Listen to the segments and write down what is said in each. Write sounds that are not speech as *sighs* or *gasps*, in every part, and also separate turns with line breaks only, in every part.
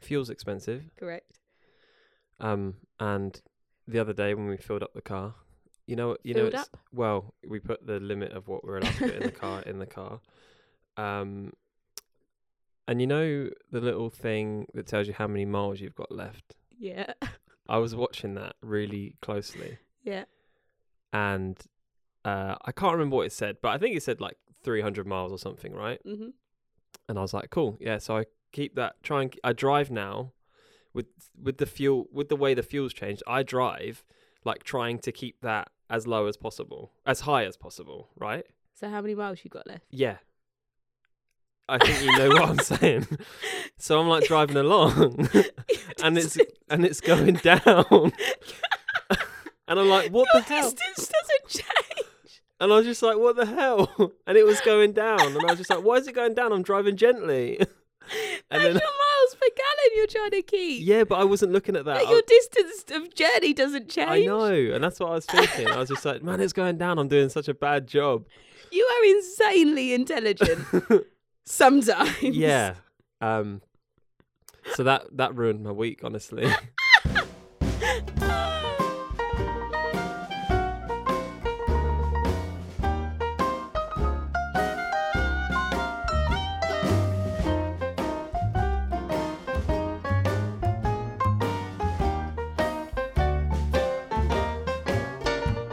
fuel's expensive.
Correct.
Um, and the other day when we filled up the car, you know, you know,
Filled
it's,
up?
well, we put the limit of what we're allowed to put
*laughs*
in the car in the car. Um, and you know the little thing that tells you how many miles you've got left.
Yeah.
I was watching that really closely,
Yeah.
and uh, I can't remember what it said, but I think it said like 300 miles or something, right?
Mm-hmm.
and I was like, cool, yeah. So I keep that. Try and I drive now with with the fuel with the way the fuel's changed. I drive like trying to keep that as low as possible, as high as possible, right?
So how many miles you got left?
Yeah. I think you know
*laughs*
what I'm saying. So I'm like driving along, *laughs* and it's and it's
*laughs*
going down, and I'm like, what the
Your
hell?
distance doesn't change.
And I was just like, what the hell? *laughs* And it was going down, and I was just like, why is it going down? I'm driving gently. *laughs*
That's
And then-
your miles per gallon you're trying to keep.
Yeah, but I wasn't looking at that.
Like
I-
your distance of journey doesn't change.
I know, and that's what I was thinking. I was just like, man, it's going down. I'm doing such a bad job.
You are
*laughs*
insanely intelligent. Sometimes.
yeah. Um. So that that ruined my week, honestly. *laughs*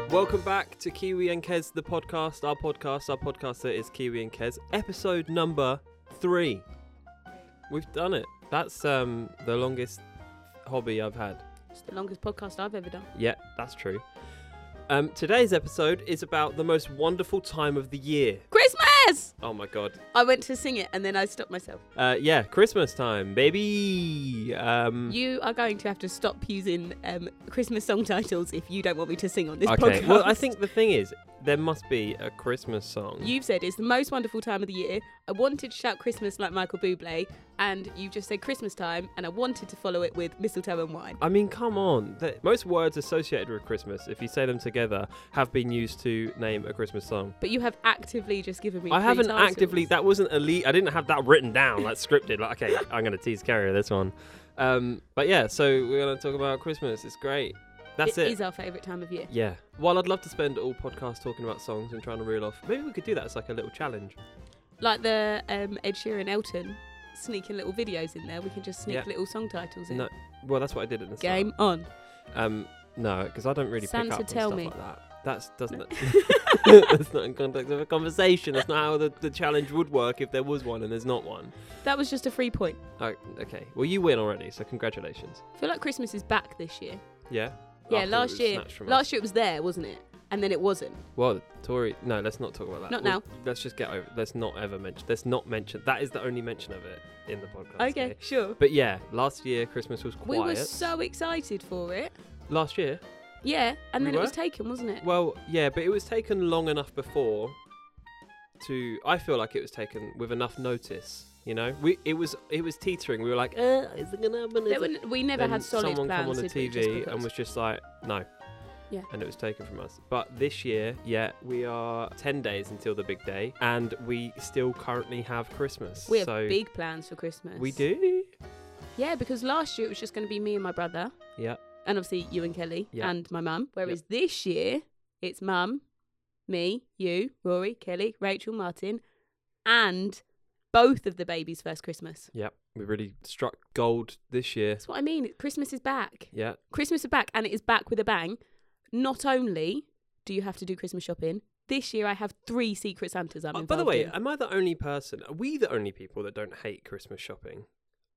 Welcome back to Kiwi and Kez, the podcast. Our podcast, our podcast that is Kiwi and Kez, episode number three. We've done it. That's um the longest hobby I've had.
It's the longest podcast I've ever done.
Yeah, that's true. Um, today's episode is about the most wonderful time of the year.
Christmas!
Oh my god.
I went to sing it and then I stopped myself.
Uh, yeah, Christmas time, baby. Um,
You are going to have to stop using um, Christmas song titles if you don't want me to sing on this
okay.
podcast.
Well, I think the thing is, there must be a Christmas song.
You've said it's the most wonderful time of the year. I wanted to shout Christmas like Michael Bublé, and you've just said Christmas time, and I wanted to follow it with mistletoe and wine.
I mean, come on. The, most words associated with Christmas, if you say them together, have been used to name a Christmas song.
But you have actively just given me.
I
three
haven't
titles.
actively. That wasn't elite. I didn't have that written down, like scripted. Like, okay, *laughs* I'm going to tease Carrie with this one. Um, but yeah, so we're going to talk about Christmas. It's great. That's it.
It is our favourite time of year.
Yeah. While I'd love to spend all podcasts talking about songs and trying to reel off, maybe we could do that as like a little challenge.
Like the um, Ed Sheeran Elton sneaking little videos in there. We can just sneak
Yeah.
little song titles in.
No, well, that's what I did at the start.
Game on.
Um, no, because I don't really
Santa
pick up
tell
on stuff
me.
like that. That's doesn't. It, *laughs* that's not in context of a conversation. That's not how the, the challenge would work if there was one and there's not one.
That was just a free point.
Oh, okay. Well, you win already, so congratulations.
I feel like Christmas is back this year.
Yeah.
Yeah,
After it
last
was
year.
snatched from us.
Last year it was there, wasn't it? And then it wasn't.
Well, Tory. No, let's not talk about that.
Not
We'll-
now.
Let's just get over. Let's not ever mention. Let's not mention. That is the only mention of it in the podcast.
okay, sure.
But yeah, last year Christmas was quiet.
We were so excited for it.
last year.
Yeah, and
We
then it
were?
was taken, wasn't it?
Well, yeah, but it was taken long enough before to. I feel like it was taken with enough notice. You know, we it was it was teetering. We were like, uh, is it gonna happen? Is
There
it-"
were, we never
Then
had solid
someone
plans.
come on the
did we, just
TV
because-
and was just like, no.
Yeah.
And it was taken from us. But this year, yeah, we are ten days until the big day, and we still currently have Christmas.
we have
so
big plans for Christmas.
we do.
Yeah, because last year it was just going to be me and my brother,
Yeah,
and obviously you and Kelly
Yeah.
and my mum. Whereas this year it's mum, me, you, Rory, Kelly, Rachel, Martin, and both of the babies' first Christmas.
yeah. We really struck gold this year.
That's what I mean. Christmas is back.
Yeah.
Christmas is back, and it is back with a bang. Not only do you have to do Christmas shopping this year, I have three Secret Santas. I'm
Uh,
involved
by the way,
in.
am I the only person? Are we the only people that don't hate Christmas shopping?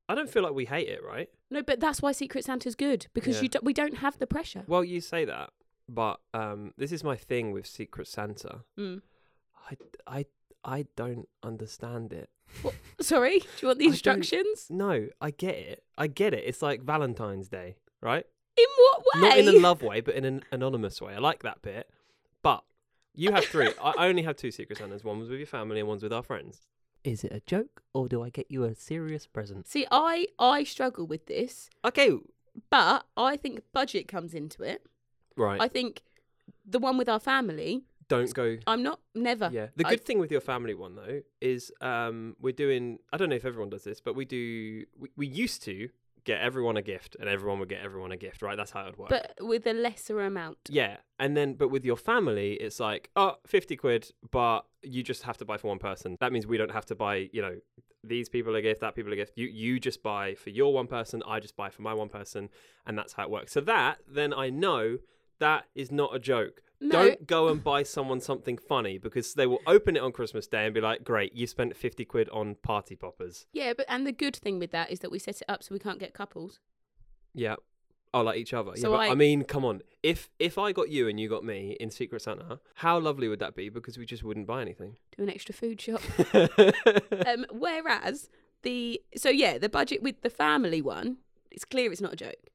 I don't feel like we hate it, right?
No, but that's why Secret Santa's good because
Yeah.
you do, we don't have the pressure.
Well, you say that, but um, this is my thing with Secret Santa.
Mm. *laughs*
I, I, I don't understand it.
Sorry, do you want the
I don't-
instructions?
No, I get it. I get it. It's like Valentine's Day, right?
In what way?
Not in a love way, but in an anonymous way. I like that bit. But you have *laughs* three. I I only have two Secret Santas. One was with your family, and one's with our friends. Is it a joke, or do I get you a serious present?
See, I I struggle with this,
Okay,
but I think budget comes into it.
right.
I think the one with our family,
don't go
I'm not never.
yeah the
I-
good thing with your family one though is um we're doing i don't know if everyone does this but we do we, we used to get everyone a gift, and everyone would get everyone a gift, right? That's how it would work.
but with a lesser amount.
yeah, and then but with your family, it's like oh, 50 quid, but you just have to buy for one person. That means we don't have to buy, you know, these people a gift, that people a gift. You you just buy for your one person, I just buy for my one person, and that's how it works. So that then I know that is not a joke.
No.
Don't go and buy someone something funny because they will open it on Christmas Day and be like, "Great, you spent 50 quid on party poppers."
Yeah, but and the good thing with that is that we set it up so we can't get couples.
Yeah. Oh, like each other. yeah,
So
but I...
I-
mean, come on. If if I got you and you got me in Secret Santa, how lovely would that be? Because we just wouldn't buy
*laughs*
anything.
Do an extra food shop.
yeah.
um, whereas the so yeah, the budget with the family one, it's clear it's not a joke.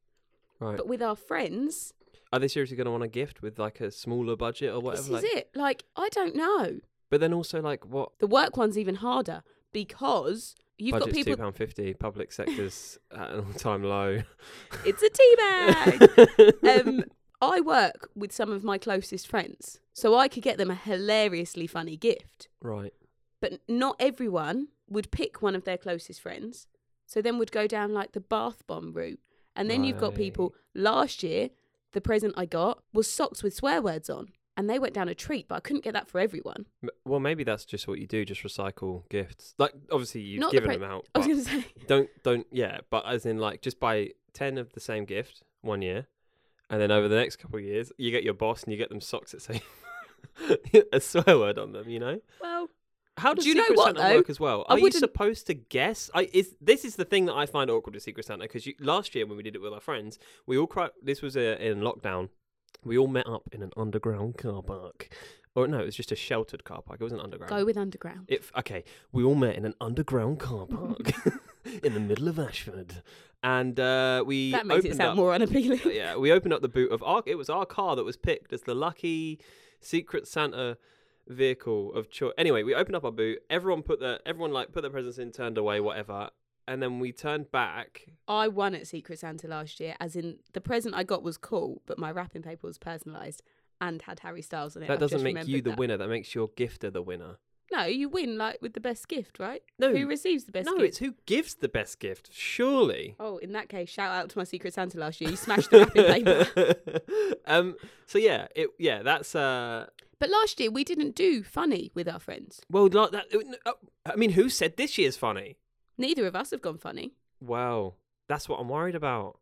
Right.
But with our friends,
Are they seriously going to want a gift with like a smaller budget or whatever?
this
like...
is it. Like I don't know.
But then also like what?
The work one's even harder because you've
Budget's
got people.
two pound fifty. Public
*laughs*
sector's at an all-time low.
It's a tea
*laughs*
bag. um, I work with some of my closest friends, so I could get them a hilariously funny gift.
right.
But not everyone would pick one of their closest friends, so then would go down like the bath bomb route. And then you've got people. Last year, the present I got was socks with swear words on, and they went down a treat, but I couldn't get that for everyone. *laughs*
M- Well, maybe that's just what you do. Just recycle gifts. Like obviously you've
Not the
given
pre-
them out.
I was
but-
going to say,
don't don't yeah but as in like just buy 10 of the same gift one year and then over the next couple of years you get your boss and you get them socks that say *laughs* a swear word on them you know
well,
how does
Do you know
secret
what,
santa
though?
work as well
I
are you
wouldn't-
supposed to guess i is this is the thing that i find awkward with secret santa because last year when we did it with our friends we all cried this was uh in lockdown we all met up in an underground car park or no it was just a sheltered car park it wasn't underground
go with underground.
if okay, we all met in an underground car park *laughs* in the middle of Ashford, and uh, we
that makes it
opened
sound
up-
more unappealing.
*laughs* yeah, we opened up the boot of our. It was our car that was picked as the lucky Secret Santa vehicle of choice. Anyway, we opened up our boot. Everyone put their everyone like put their presents in, turned away, whatever, and then we turned back.
*laughs* I won at Secret Santa last year, as in the present I got was cool, but my wrapping paper was personalised and had Harry Styles on it.
That
I've
doesn't
just
make you
remembered
the
that.
winner. That makes your gifter the winner.
No, you win like with the best gift, right?
No,
Who receives the best
no,
gift?
it's who gives the best gift. Surely.
Oh, in that case, shout out to my Secret Santa last year. You smashed
*laughs*
the wrapping paper.
um. So yeah, it yeah. That's uh.
But last year we didn't do funny with our friends.
Well, like that. uh, I mean, who said this year's funny?
Neither of us have gone funny.
Well, that's what I'm worried about.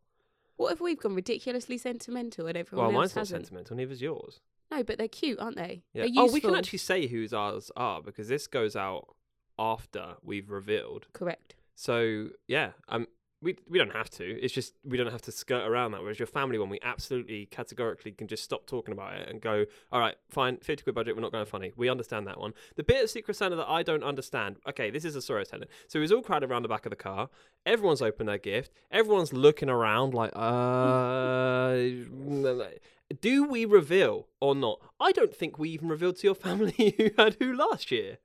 What if we've gone ridiculously sentimental and everyone
Well,
else
mine's not
hasn't?
sentimental. Neither's yours.
No, but they're cute, aren't they?
Yeah.
They're
Oh, we can
useful.
actually say whose ours are because this goes out after we've revealed.
correct.
So yeah, um, we we don't have to. It's just we don't have to skirt around that. Whereas your family one, we absolutely categorically can just stop talking about it and go, all right, fine, fifty quid budget. We're not going funny. We understand that one. The bit of Secret Santa that I don't understand. Okay, this is a story I was telling. So it was all crowded around the back of the car. Everyone's opened their gift. Everyone's looking around like, uh, *laughs* do we reveal or not? I don't think we even revealed to your *laughs* family who had who last year.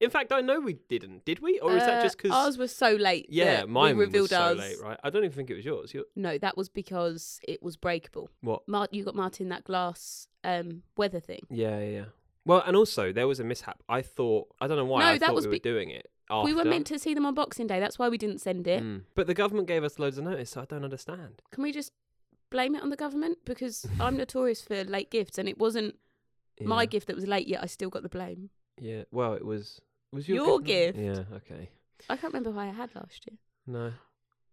In fact, I know we didn't. Did we? Or Oh, is that
Uh,
just because
ours was so late?
yeah,
that we
mine was
revealed
so
ours.
late, right? I don't even think it was yours. Your,
No, that was because it was breakable.
what?
Mar- you got Martin that glass um, weather thing.
Yeah, yeah. yeah. Well, and also there was a mishap. I thought I don't know why
No,
I
that
thought
was
we
be-
were doing it. After.
We were meant to see them on Boxing Day. That's why we didn't send it.
Mm. But the government gave us loads of notice, so I don't understand.
Can we just blame it on the government? Because I'm notorious for late gifts, and it wasn't my
Yeah,
gift that was late. Yet I still got the blame.
Yeah. Well, it was. Was
Your
your gift? not it?
gift.
Yeah. Okay.
I can't remember who I had last year.
No.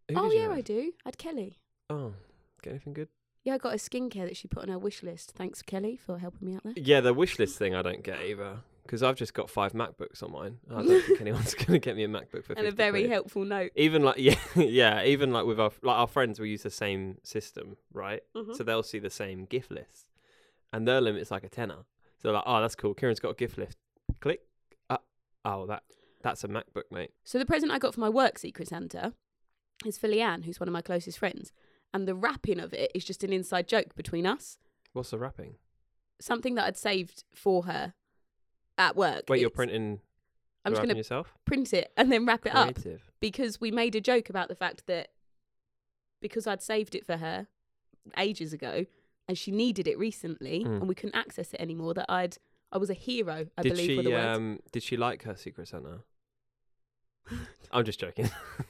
Who
oh
did you
yeah, I
have?
do. I had Kelly.
Oh, get anything good?
Yeah, I got a skincare that she put on her wish list. Thanks, Kelly, for helping me
*laughs*
out there.
Yeah, the wish list thing I don't get either because I've just got five MacBooks on mine. I don't
*laughs*
think anyone's gonna get me a MacBook for
And a
50
very
quid.
helpful note.
even like *laughs* yeah yeah even like with our like our friends we use the same system right
Mm-hmm.
so they'll see the same gift list and their limit's like a tenner so they're like oh that's cool kieran's got a gift list click uh, oh that that's a macbook mate
So the present I got for my work Secret Santa is for Leanne, who's one of my closest friends. And the wrapping of it is just an inside joke between us.
what's the wrapping
Something that I'd saved for her at work.
wait you're
It's-
printing
I'm
the
just
wrapping
going to
yourself
print it and then wrap it up
creative
because we made a joke about the fact that because I'd saved it for her ages ago and she needed it recently
Mm.
and we couldn't access it anymore that I'd I was a hero, I
did
believe were
she
the words.
um did she like her secret santa *laughs* I'm just joking.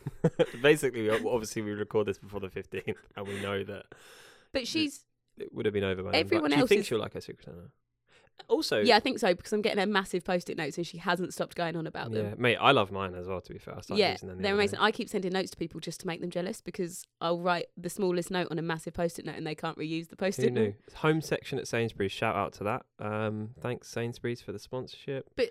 *laughs* Basically, we- obviously, we record this before the 15th, and we know that
But she's
it would have been over by then.
Everyone
but do you
else
think
is-
she'll like our Secret Santa? Also,
yeah, I think so because I'm getting her massive post-it notes and she hasn't stopped going on about them.
yeah, mate, I love mine as well. To be fair, I started
yeah,
using them. the
they're
other
amazing.
day.
I keep sending notes to people just to make them jealous because I'll write the smallest note on a massive post-it note and they can't reuse the
Who
post-it
knew?
note.
Home section at Sainsbury's. Shout out to that. Um, thanks Sainsbury's for the sponsorship.
Well,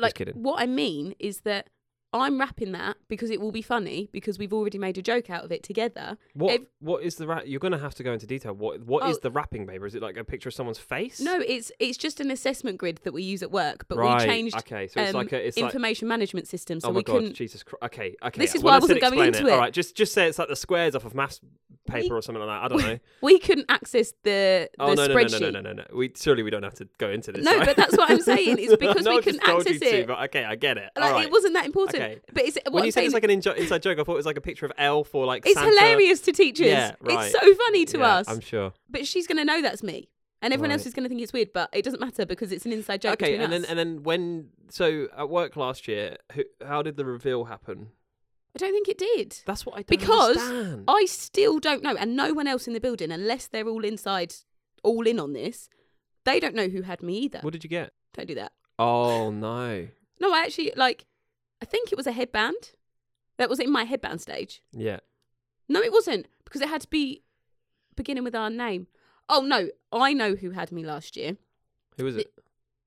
Like
kidding.
what I mean is that I'm wrapping that because it will be funny because we've already made a joke out of it together.
What
Ev-
what is the ra- you're gonna have to go into detail. What what is
Oh.
the wrapping paper? Is it like a picture of someone's face?
No, it's it's just an assessment grid that we use at work, but
right.
we changed
Okay, so it's
um,
like a, it's like
information management system so
oh my
we
god,
couldn't
Jesus Christ. Okay, okay.
This is
well,
why I
I said
wasn't going
explain
into
All
it.
right, just just say it's like the squares off of maths paper or something like that. I don't know.
we couldn't access the the
Oh no, no, no, no,
spreadsheet.
no, no, no, no. We surely we don't have to go into this.
No,
right?
but that's what I'm saying, is
*laughs*
because
no,
we
I just
couldn't
told you
access
to,
it.
but okay, I get it.
Like
all right.
it wasn't that important.
Okay.
But it's what
when
I'm
you said
saying
it's like an injo- inside joke, I thought it was like a picture of Elf or like
it's
Santa.
hilarious to teachers.
Yeah, right.
It's so funny to
Yeah,
us.
I'm sure.
But she's gonna know that's me. And everyone
Right.
else is gonna think it's weird, but it doesn't matter because it's an inside joke.
okay,
between
and then
us.
and then when so at work last year, who, how did the reveal happen?
I don't think it did.
That's what I don't
Because
understand.
I still don't know, and no one else in the building, unless they're all inside, all in on this, they don't know who had me either.
What did you get?
Don't do that.
Oh no.
No, I actually like. I think it was a headband. That was in my headband stage.
Yeah.
No, it wasn't because it had to be beginning with our name. Oh no, I know who had me last year.
Who was it?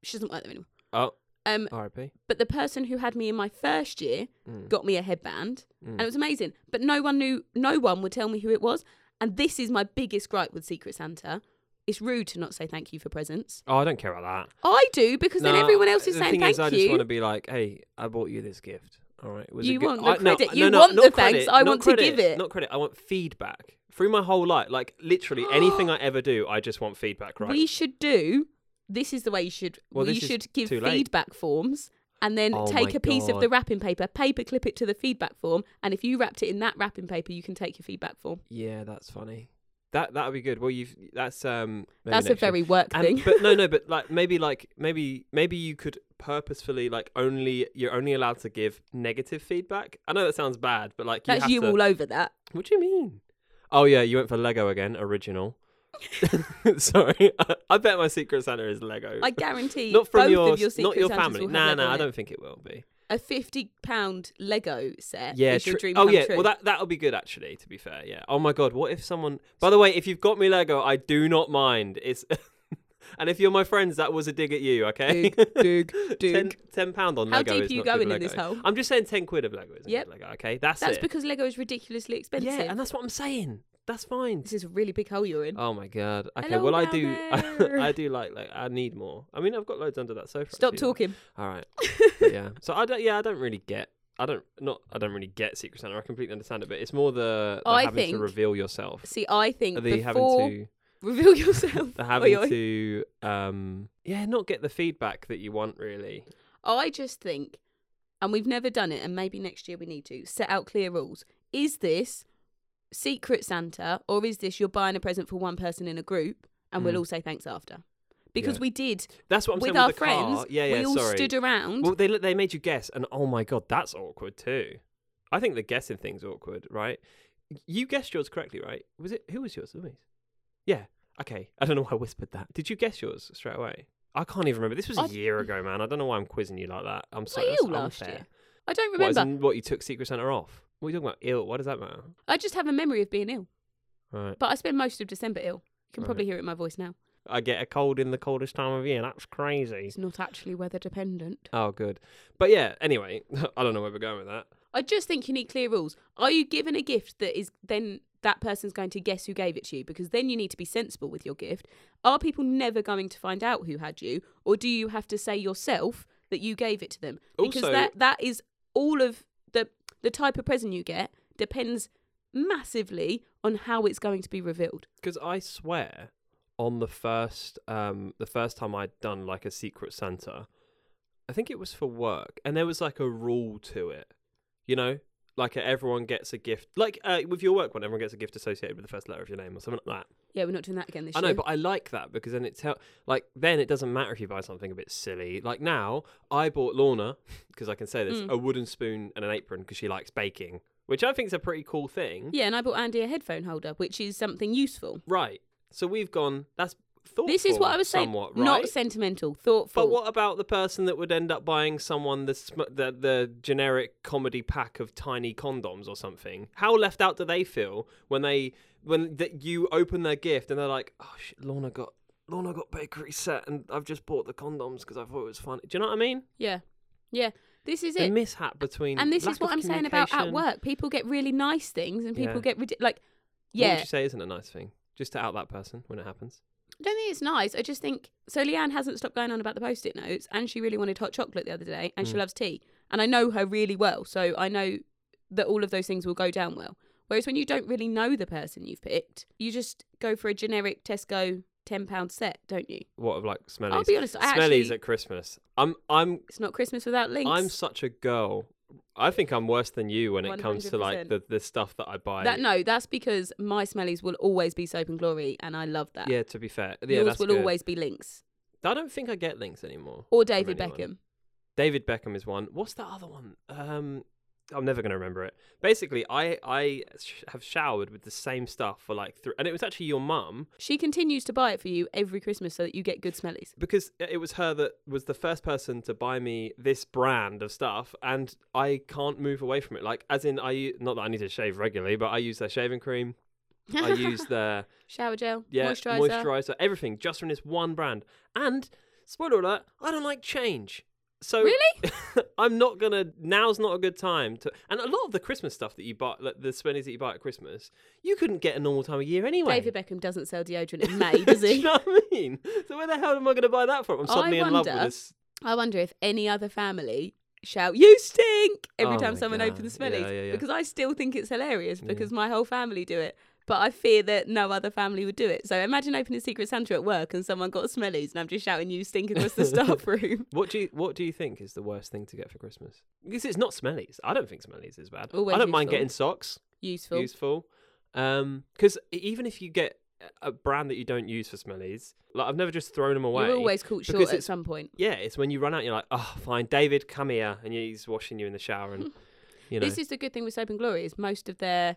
She doesn't work there anymore.
Oh,
Um,
R.I.P.
but the person who had me in my first year
Mm.
got me a headband, and
Mm.
it was amazing. But no one knew. No one would tell me who it was. And this is my biggest gripe with Secret Santa. It's rude to not say thank you for presents.
Oh, I don't care about that.
I do because then
No,
everyone else is
the
saying
thing
thank
is, I just
you.
want to be like, hey, I bought you this gift. All right. Was
You
it good?
want the
I- no,
credit.
no,
You
no,
want the
not
thanks.
credit,
I
not
want to give
credit,
it.
Not credit. I want feedback through my whole life. Like
*gasps*
literally anything I ever do, I just want feedback. Right.
We should do. This is the way you should.
Well,
we
this is
should give
too late.
feedback forms and then
Oh my
take a piece of the
God.
wrapping paper, paper clip it to the feedback form, and if you wrapped it in that wrapping paper, you can take your feedback form.
yeah, that's funny. That that would be good. Well, you've that's um. maybe
That's a
next year.
very work
And-
thing.
but no, no, but like maybe like maybe maybe you could purposefully like only you're only allowed to give negative feedback. I know that sounds bad, but like you
*laughs* That's
have
you
to.
all
*laughs*
over that.
What do you mean? Oh yeah, you went for Lego again, original. *laughs* Sorry, *laughs* I, I bet my secret Santa is Lego.
I guarantee
not from
both
your,
of your
s-
secret
not your
Santas
family.
Will have
Nah,
Lego
nah,
in
I
it.
don't think it will be.
A fifty pound Lego set
Yeah,
is your
tru-
dream
oh
come
yeah.
true. *laughs*
Well, that that'll be good actually. To be fair, yeah. Oh my god, what if someone? By the way, if you've got me Lego, I do not mind. It's *laughs* and if you're my friends, that was a dig at you. Okay.
dig,
*laughs*
dig, dig.
Ten, ten pound on
How
Lego.
deep
is
are you
not good
going in
Lego.
this hole?
I'm just saying ten quid of Lego isn't
Yep.
good Lego. Okay, that's,
That's
it.
because Lego is ridiculously expensive.
yeah, and that's what I'm saying. That's fine.
this is a really big hole you're in.
Oh my god. Okay,
Hello
well I
down
do. *laughs*
there.
I do like like I need more. I mean, I've got loads under that sofa.
Stop
actually.
talking.
All right. *laughs* But yeah. So I don't. Yeah, I don't really get. I don't not. I don't really get Secret Santa. I completely understand it, but it's more the, the
Oh, I
having to
think-
reveal yourself.
See, I think
The
before
having to.
*laughs* reveal
*laughs*
yourself.
The
Oi,
having
oi.
to. Um. Yeah, not get the feedback that you want really.
I just think, and we've never done it, and maybe next year we need to set out clear rules. Is this Secret Santa, or is this you're buying a present for one person in a group, and we'll
Mm.
all say thanks after? Because
Yeah.
we did
That's what I'm
with
saying
our
with the
friends.
car. Yeah, yeah.
we all
sorry.
stood around.
Well, they they made you guess, and oh my god, that's awkward too. I think the guessing thing's awkward, right? You guessed yours correctly, right? Was it who was yours, Louise? Yeah. Okay. I don't know why I whispered that. Did you guess yours straight away? I can't even remember. This was a
I-
year ago, man. I don't know why I'm quizzing you like that. I'm sorry.
Were you
that's
last
unfair.
year? I don't
What, as
remember.
in what you took Secret Santa off? What are you talking about? Ill. Why does that matter?
I just have a memory of being ill,
Right.
but I spent most of December ill. You can
Right.
probably hear it in my voice now.
I get a cold in the coldest time of year. That's crazy.
It's not actually weather dependent.
Oh, good. But yeah. Anyway, *laughs* I don't know where we're going with that.
I just think you need clear rules. Are you given a gift that is then that person's going to guess who gave it to you? Because then you need to be sensible with your gift. Are people never going to find out who had you, or do you have to say yourself that you gave it to them? Because
Also-
that that is all of the the type of present you get depends massively on how it's going to be revealed.
because I swear on the first um the first time I'd done like a secret Santa, I think it was for work, and there was like a rule to it, you know. like a, everyone gets a gift, like uh, with your work one, everyone gets a gift associated with the first letter of your name or something like that.
Yeah, we're not doing that again this
I
year.
know, but I like that because then it tell like then it doesn't matter if you buy something a bit silly. Like now, I bought Lorna *laughs* because I can say this
Mm.
a wooden spoon and an apron because she likes baking, which I think is a pretty cool thing.
yeah, and I bought Andy a headphone holder, which is something useful.
Right. So we've gone. That's thoughtful.
This is what I was saying.
Somewhat right.
Not sentimental, thoughtful.
but what about the person that would end up buying someone the, sm- the the generic comedy pack of tiny condoms or something? How left out do they feel when they when that you open their gift and they're like, "Oh shit, Lorna got Lorna got bakery set and I've just bought the condoms because I thought it was funny." Do you know what I mean?
Yeah, yeah. This is
A
it.
mishap between
And this
lack
is what
of
I'm saying about at
communication-
work. People get really nice things, and people
Yeah.
get ridi- like,
What would
yeah.
you say isn't a nice thing? Just to out that person when it happens.
I don't think it's nice. I just think so. Leanne hasn't stopped going on about the post-it notes, and she really wanted hot chocolate the other day, and she
Mm.
loves tea. And I know her really well, so I know that all of those things will go down well. Whereas when you don't really know the person you've picked, you just go for a generic Tesco ten pound set, don't you?
What of like smellies?
I'll be honest. I
smellies
actually,
at Christmas. I'm I'm
it's not Christmas without links.
I'm such a girl. I think I'm worse than you when it comes to like
100%.
the, the stuff that I buy.
that no, that's because my smellies will always be soap and glory, and I love that.
yeah, to be fair, yeah,
Yours
that's
will
good.
always be links
I don't think I get links anymore.
or David
anyone.
Beckham.
David Beckham is one. What's that other one? Um, I'm never gonna remember it. Basically, I I sh- have showered with the same stuff for like three, and it was actually your mum
She continues to buy it for you every Christmas so that you get good smellies.
because it was her that was the first person to buy me this brand of stuff, and I can't move away from it. Like, as in, I u- not that I need to shave regularly, but I use their shaving cream.
*laughs*
I use their
shower gel,
Yeah,
moisturizer.
everything just from this one brand. And spoiler alert, I don't like change. So
Really?
*laughs* I'm not gonna. Now's not a good time to. And a lot of the Christmas stuff that you buy, like the spendies that you buy at Christmas, you couldn't get a normal time of year anyway.
David Beckham doesn't sell deodorant in
*laughs*
May, does
Do you
he?
know what I mean? So where the hell am I gonna buy that from? I'm
I
suddenly in love with
wonder-
this.
I wonder if any other family shout "You stink" every
Oh
time
my
someone
God.
opens
Yeah,
smellies
yeah, yeah.
because I still think it's hilarious
Yeah.
because my whole family do it. But I fear that no other family would do it. So imagine opening Secret Santa at work and someone got smellies and I'm just shouting "You stink" across
*laughs*
the staff room. *laughs*
What do you What do you think is the worst thing to get for Christmas? Because it's not smellies. I don't think smellies is bad.
Always
I don't mind
useful.
getting socks.
Useful.
useful. Um 'cause because even if you get a brand that you don't use for smellies, like I've never just thrown them away.
You're always caught
because
short at
it's-
some point.
yeah, it's when you run out, you're like, oh, fine, David, come here, and he's washing you in the shower, and you know,
This is the good thing with Soap and Glory is most of their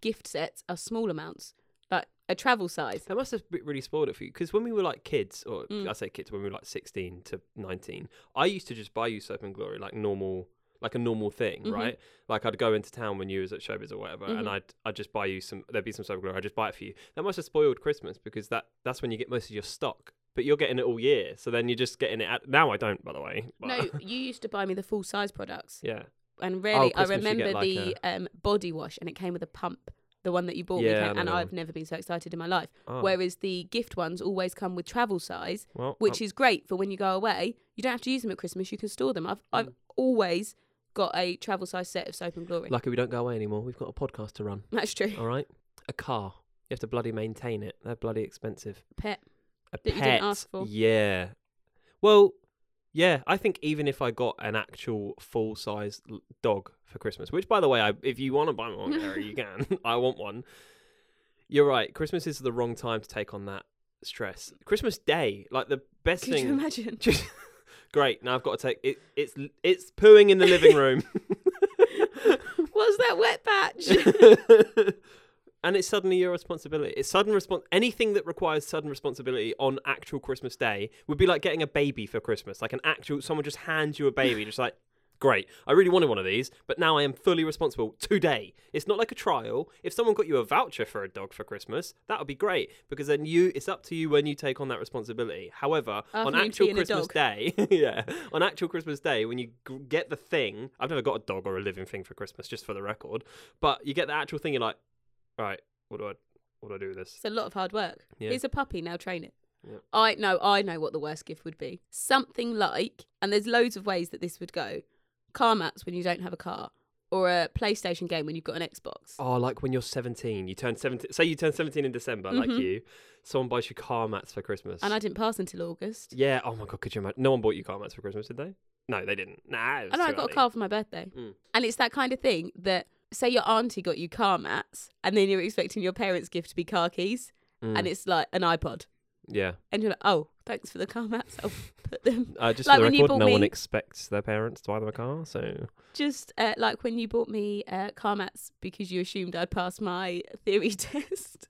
gift sets are small amounts, like a travel size.
that must have be- really spoiled it for you. Because when we were like kids, or
Mm.
I say kids, when we were like sixteen to nineteen, I used to just buy you soap and glory like normal. Like a normal thing,
Mhm.
right? Like I'd go into town when you was at Showbiz or whatever, and
Mhm.
I'd I'd just buy you some. There'd be some soap and glory. I'd just buy it for you. That must have spoiled Christmas because that that's when you get most of your stock, but you're getting it all year. So then you're just getting it. At, now I don't, by the way. But,
No, you used to buy me the full size products,
*laughs* yeah. Oh,
and really, I
Christmas you get
remember
like
the um, body wash, and it came with a pump, the one that you bought
Yeah, I
me,
know
came, and
that one.
I've never been so excited in my life.
Oh,
Whereas the gift ones always come with travel size,
well,
which is great for when you go away. You don't have to use them at Christmas; you can store them. I've I've
Mm.
always got a travel size set of Soap and Glory.
Luckily, we don't go away anymore. We've got a podcast to run.
That's true.
*laughs* All right, a car. You have to bloody maintain it. They're bloody expensive.
Pet.
A
That
pet.
you didn't ask for.
Yeah. Well, yeah. I think even if I got an actual full size dog for Christmas, which by the way, I, if you want to buy me one, Gary,
*laughs*
you can. *laughs* I want one. You're right. Christmas is the wrong time to take on that stress. Christmas Day, like the best
Could you
thing.
imagine?
*laughs*
*laughs*
Just great. Now I've got to take it. It's it's pooing in the living
*laughs*
room. *laughs*
What's that wet patch?
and it's suddenly your responsibility. It's sudden respons Anything that requires sudden responsibility on actual Christmas Day would be like getting a baby for Christmas. Like an actual, someone just hands you a baby, just like, great, I really wanted one of these, but now I am fully responsible today. It's not like a trial. If someone got you a voucher for a dog for Christmas, that would be great because then you, it's up to you when you take on that responsibility. However, on
Afternoon
actual
tea and a
Christmas
dog.
Day, *laughs* yeah, on actual Christmas Day, when you g- get the thing, I've never got a dog or a living thing for Christmas, just for the record, but you get the actual thing, you're like, right, what do I, what do I do with this?
It's a lot of hard work.
Yeah.
Here's a puppy, now train it.
Yeah.
I know, I know what the worst gift would be. Something like, and there's loads of ways that this would go car mats when you don't have a car, or a PlayStation game when you've got an Xbox.
Oh, like when you're 17, you turn 17, say you turn 17 in December, like
Mhm.
you, someone buys you car mats for Christmas.
And I didn't pass until August.
Yeah. Oh my god, could you imagine? No one bought you car mats for Christmas, did they? No, they didn't. Nah. It was
and I
too
got
early.
a car for my birthday.
Mm.
And it's that kind of thing that say your auntie got you car mats and then you're expecting your parents' gift to be car keys
Mm.
and it's like an iPod.
yeah.
And you're like, oh, thanks for the car mats. I'll put them.
Uh, just
Like
for
when
the
you
record,
bought
no one
me-
expects their parents to buy them a car, so
Just uh, like when you bought me uh, car mats because you assumed I'd pass my theory *laughs* test.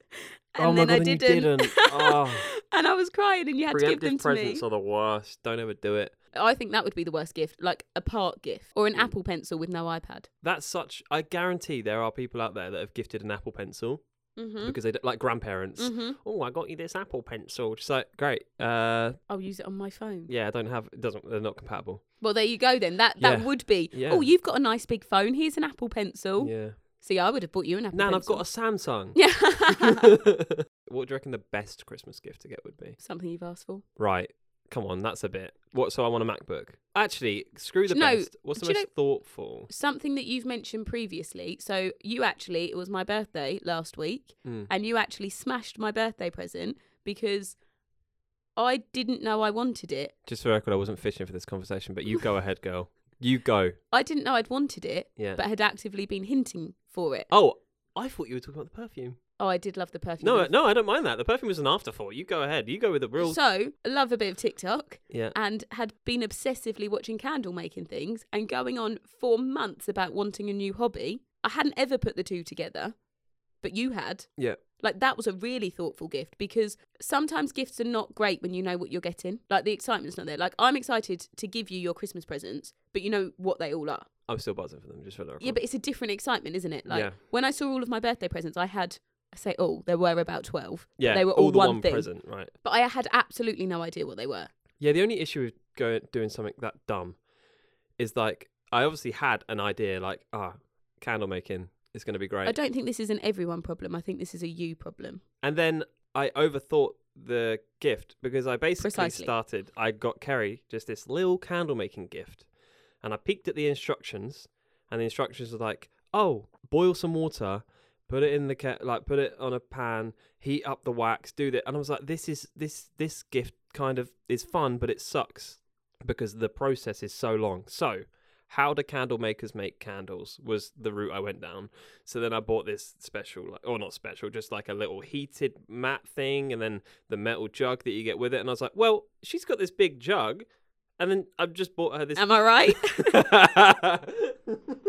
And
Oh my
then I
God, and you
didn't. *laughs*
didn't. Oh.
and I was crying and you had to give them
preemptive
to me.
presents are the worst. Don't ever do it.
I think that would be the worst gift, like a part gift or an
Mm.
Apple pencil with no iPad.
That's such. I guarantee there are people out there that have gifted an Apple pencil
Mm-hmm.
because they don't, like grandparents.
Mm-hmm.
Oh, I got you this Apple pencil. Just like great. Uh,
I'll use it on my phone.
yeah, I don't have. It doesn't. They're not compatible.
Well, there you go then. That that
Yeah.
would be.
Yeah.
Oh, you've got a nice big phone. Here's an Apple pencil.
Yeah.
See, I would have bought you an Oh, Apple
Nan, I've
pencil.
got a Samsung.
*laughs*
*laughs*
Yeah.
what do you reckon the best Christmas gift to get would be?
Something you've asked for.
Right. Come on, that's a bit. What? So I want a MacBook. Actually, screw the
Do you know-
best. What's the
do you
most thoughtful?
Something that you've mentioned previously. So you actually, it was my birthday last week,
Mm.
and you actually smashed my birthday present because I didn't know I wanted it.
Just for the record, I wasn't fishing for this conversation, but you go ahead, girl. You go.
I didn't know I'd wanted it,
Yeah.
but had actively been hinting for it.
Oh, I thought you were talking about the perfume.
Oh, I did love the perfume.
No, no, I don't mind that. The perfume was an afterthought. You go ahead. You go with the real.
So, I love a bit of TikTok
yeah.
and had been obsessively watching candle making things and going on for months about wanting a new hobby. I hadn't ever put the two together, but you had.
Yeah.
Like, that was a really thoughtful gift because sometimes gifts are not great when you know what you're getting. Like, the excitement's not there. Like, I'm excited to give you your Christmas presents, but you know what they all are.
I'm still buzzing for them, just for the record.
Yeah, but it's a different excitement, isn't it? Like,
Yeah.
when I saw all of my birthday presents, I had, I say all, there were about 12. but
yeah,
They were all,
all the
one,
one,
thing.
present, right?
But I had absolutely no idea what they were.
Yeah, the only issue with going doing something that dumb is like I obviously had an idea, like ah, candle making is going to be great,
I don't think this is an everyone problem. I think this is a you problem.
and then I overthought the gift because I basically
Precisely.
started. I got Kerry just this little candle making gift, and I peeked at the instructions, and the instructions were like, "Oh, boil some water." Put it in the ca- like, put it on a pan, heat up the wax, do that, and I was like, "This is this this gift kind of is fun, but it sucks because the process is so long." So, how do candle makers make candles? Was the route I went down. So then I bought this special, like, or not special, just like a little heated mat thing, and then the metal jug that you get with it. And I was like, "Well, she's got this big jug," and then I've just bought her this
Am I right?
*laughs*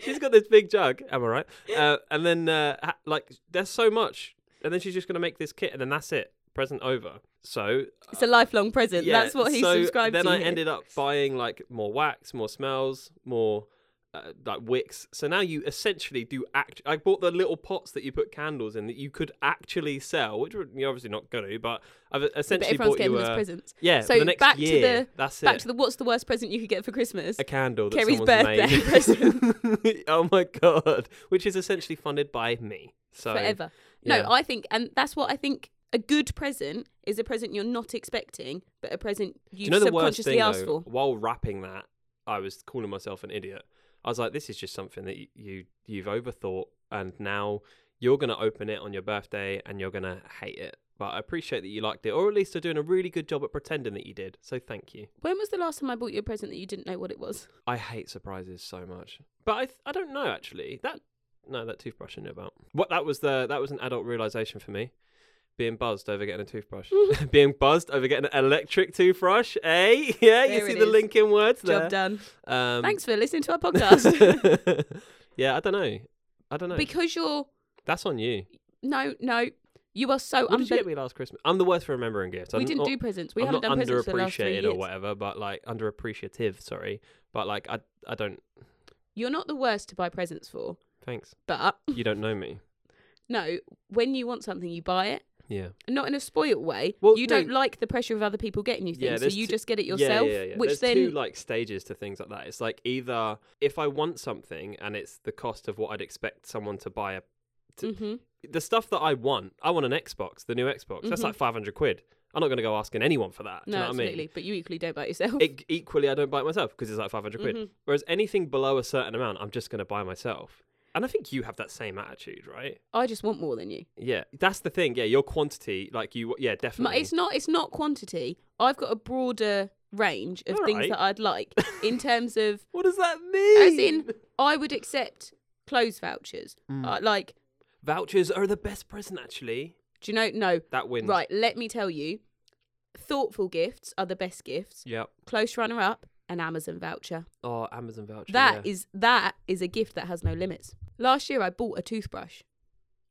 she's got this big jug, am I right? Uh, and then, uh, ha- like, there's so much. And then she's just going to make this kit, and then that's it. Present over. So,
it's a lifelong present.
yeah,
That's what he
so
subscribed
then
to.
I
here.
ended up buying, like, more wax, more smells, more. Uh, like wicks, so now you essentially do act. I bought the little pots that you put candles in that you could actually sell, which you're obviously not going to. But I've e-,
but
essentially
everyone's
bought you
getting those
a
presents.
yeah.
So
for the next
back to
year,
the-
that's
Back
it
to the what's the worst present you could get for Christmas?
a candle that
Kerry's
someone's made.
birthday
*laughs* oh my god! Which is essentially funded by me. So
Forever.
yeah.
No, I think, and that's what I think. A good present is a present you're not expecting, but a present
Do
you,
you know the worst
subconsciously
thing
asked
though,
for.
while wrapping that, I was calling myself an idiot. I was like, this is just something that y- you you've overthought, and now you're gonna open it on your birthday, and you're gonna hate it. But I appreciate that you liked it, or at least are doing a really good job at pretending that you did. So thank you.
When was the last time I bought you a present that you didn't know what it was?
I hate surprises so much. But I th- I don't know actually. That no, that toothbrush I knew about. What that was the that was an adult realization for me. Being buzzed over getting a
*laughs*
toothbrush. *laughs* Being buzzed over getting an electric toothbrush, eh? *laughs* Yeah, you
There
see
it
the
is.
link in words there.
Job done.
Um, *laughs*
Thanks for listening to our podcast.
yeah, I don't know. I don't know.
*laughs* because you're
That's on you.
no, no, you are so
What did you
unbe-
get me last Christmas? I'm the worst for remembering gifts.
We
I'm
didn't
not-
do presents. We
I'm
haven't
not
done presents for the last three
underappreciated
years.
or whatever, but like underappreciative. Sorry, but like I I don't.
You're not the worst to buy presents for,
Thanks.
but *laughs*
You don't know me.
no, when you want something, you buy it.
Yeah.
Not in a spoilt way.
Well,
you
no.
don't like the pressure of other people getting you
Yeah,
things, so
there's
you
two-
just get it
Yeah,
yourself.
Yeah, yeah, yeah.
Which
There's
then,
two like stages to things like that. It's like either if I want something and it's the cost of what I'd expect someone to buy a to-
Mhm.
the stuff that I want. I want an Xbox, the new Xbox. That's
Mhm.
like five hundred quid. I'm not going to go asking anyone for that. Do
no,
you know
absolutely,
what I mean?
but you equally don't buy it yourself.
It, equally, I don't buy it myself because it's like five hundred quid.
Mhm.
Whereas anything below a certain amount, I'm just going to buy myself. And I think you have that same attitude, right?
I just want more than you.
Yeah, that's the thing. Yeah, your quantity, like you, yeah,
M-
definitely. *laughs*
It's not. It's not quantity. I've got a broader range of
All *laughs*
things
right.
that I'd like in terms of
what does that mean?
in- I would accept clothes vouchers.
Mm.
Uh, like,
Vouchers are the best present, actually.
do you know? No.
That wins.
Right, let me tell you. Thoughtful gifts are the best gifts.
Yep.
Close runner up, an Amazon voucher.
Oh, Amazon voucher.
That is
yeah.
that is a gift that has no limits. Last year I bought a toothbrush.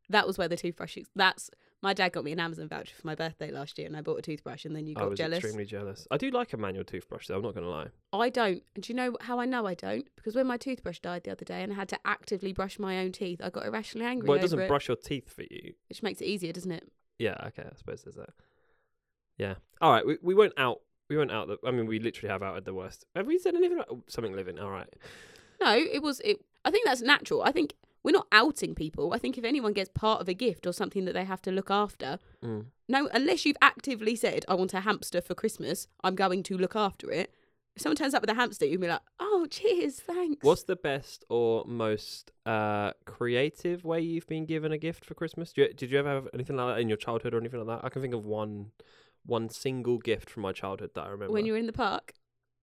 That was where the toothbrush is. That's my dad got me an Amazon voucher for my birthday last year and I bought a toothbrush and then you
I
got
was
jealous.
extremely jealous. I do like a manual toothbrush, though. I'm not going to lie.
I don't. And do you know how I know I don't? Because when my toothbrush died the other day and I had to actively brush my own teeth, I got irrationally angry
well, it
over
doesn't
it,
brush your teeth for you.
which makes it easier, doesn't it?
Yeah. Okay. I suppose there's that. Yeah. All right. We we went out. We went out. The, I mean, we literally have out at the worst. Have we said anything about oh, something living? All right.
No, it was it I think that's natural. I think we're not outing people. I think if anyone gets part of a gift or something that they have to look after,
Mm.
No, unless you've actively said, I want a hamster for Christmas, I'm going to look after it. If someone turns up with a hamster, you'd be like, oh, cheers, thanks.
What's the best or most uh, creative way you've been given a gift for Christmas? Do you, did you ever have anything like that in your childhood or anything like that? I can think of one one single gift from my childhood that I remember.
when you were in the park?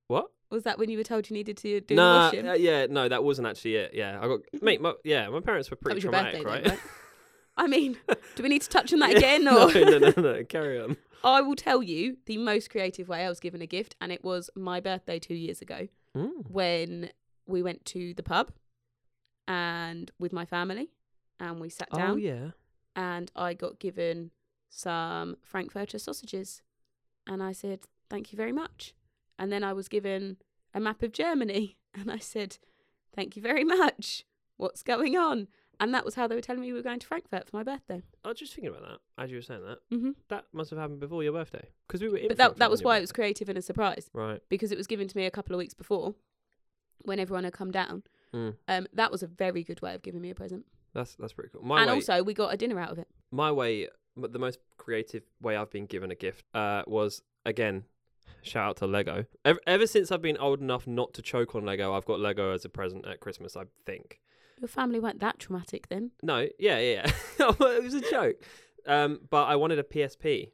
what?
Was that when you were told you needed to do
nah,
the washing?
uh, yeah, no, that wasn't actually it. Yeah, I got mate, my, yeah, my parents were
that
pretty
was your
traumatic,
birthday,
right?
then, right?
*laughs*
I mean, do we need to touch on that
Yeah, *laughs*
*laughs* again?
no,
Or
no, no, no. Carry
*laughs*
on.
I will tell you the most creative way I was given a gift, and it was my birthday two years ago
Mm.
when we went to the pub and with my family, and we sat down.
Oh yeah.
and I got given some Frankfurter sausages. And I said, Thank you very much. And then I was given a map of Germany. *laughs* And I said, Thank you very much. What's going on? And that was how they were telling me we were going to Frankfurt for my birthday.
I was just thinking about that as you were saying that.
hmm
That must have happened before your birthday because we were. In
But that,
Frankfurt
that
on
was
your
why it was creative and a surprise
birthday. *laughs* right.
because it was given to me a couple of weeks before when everyone had come down.
Mm.
Um, that was a very good way of giving me a present.
That's that's pretty cool. My
and
way,
also, we got a dinner out of it.
my way, m- the most creative way I've been given a gift uh, was again. Shout out to Lego. Ever, ever since I've been old enough not to choke on Lego, I've got Lego as a present at Christmas. I think.
Your family weren't that traumatic then.
No, yeah, yeah, *laughs* yeah. it was a joke. Um, but I wanted a PSP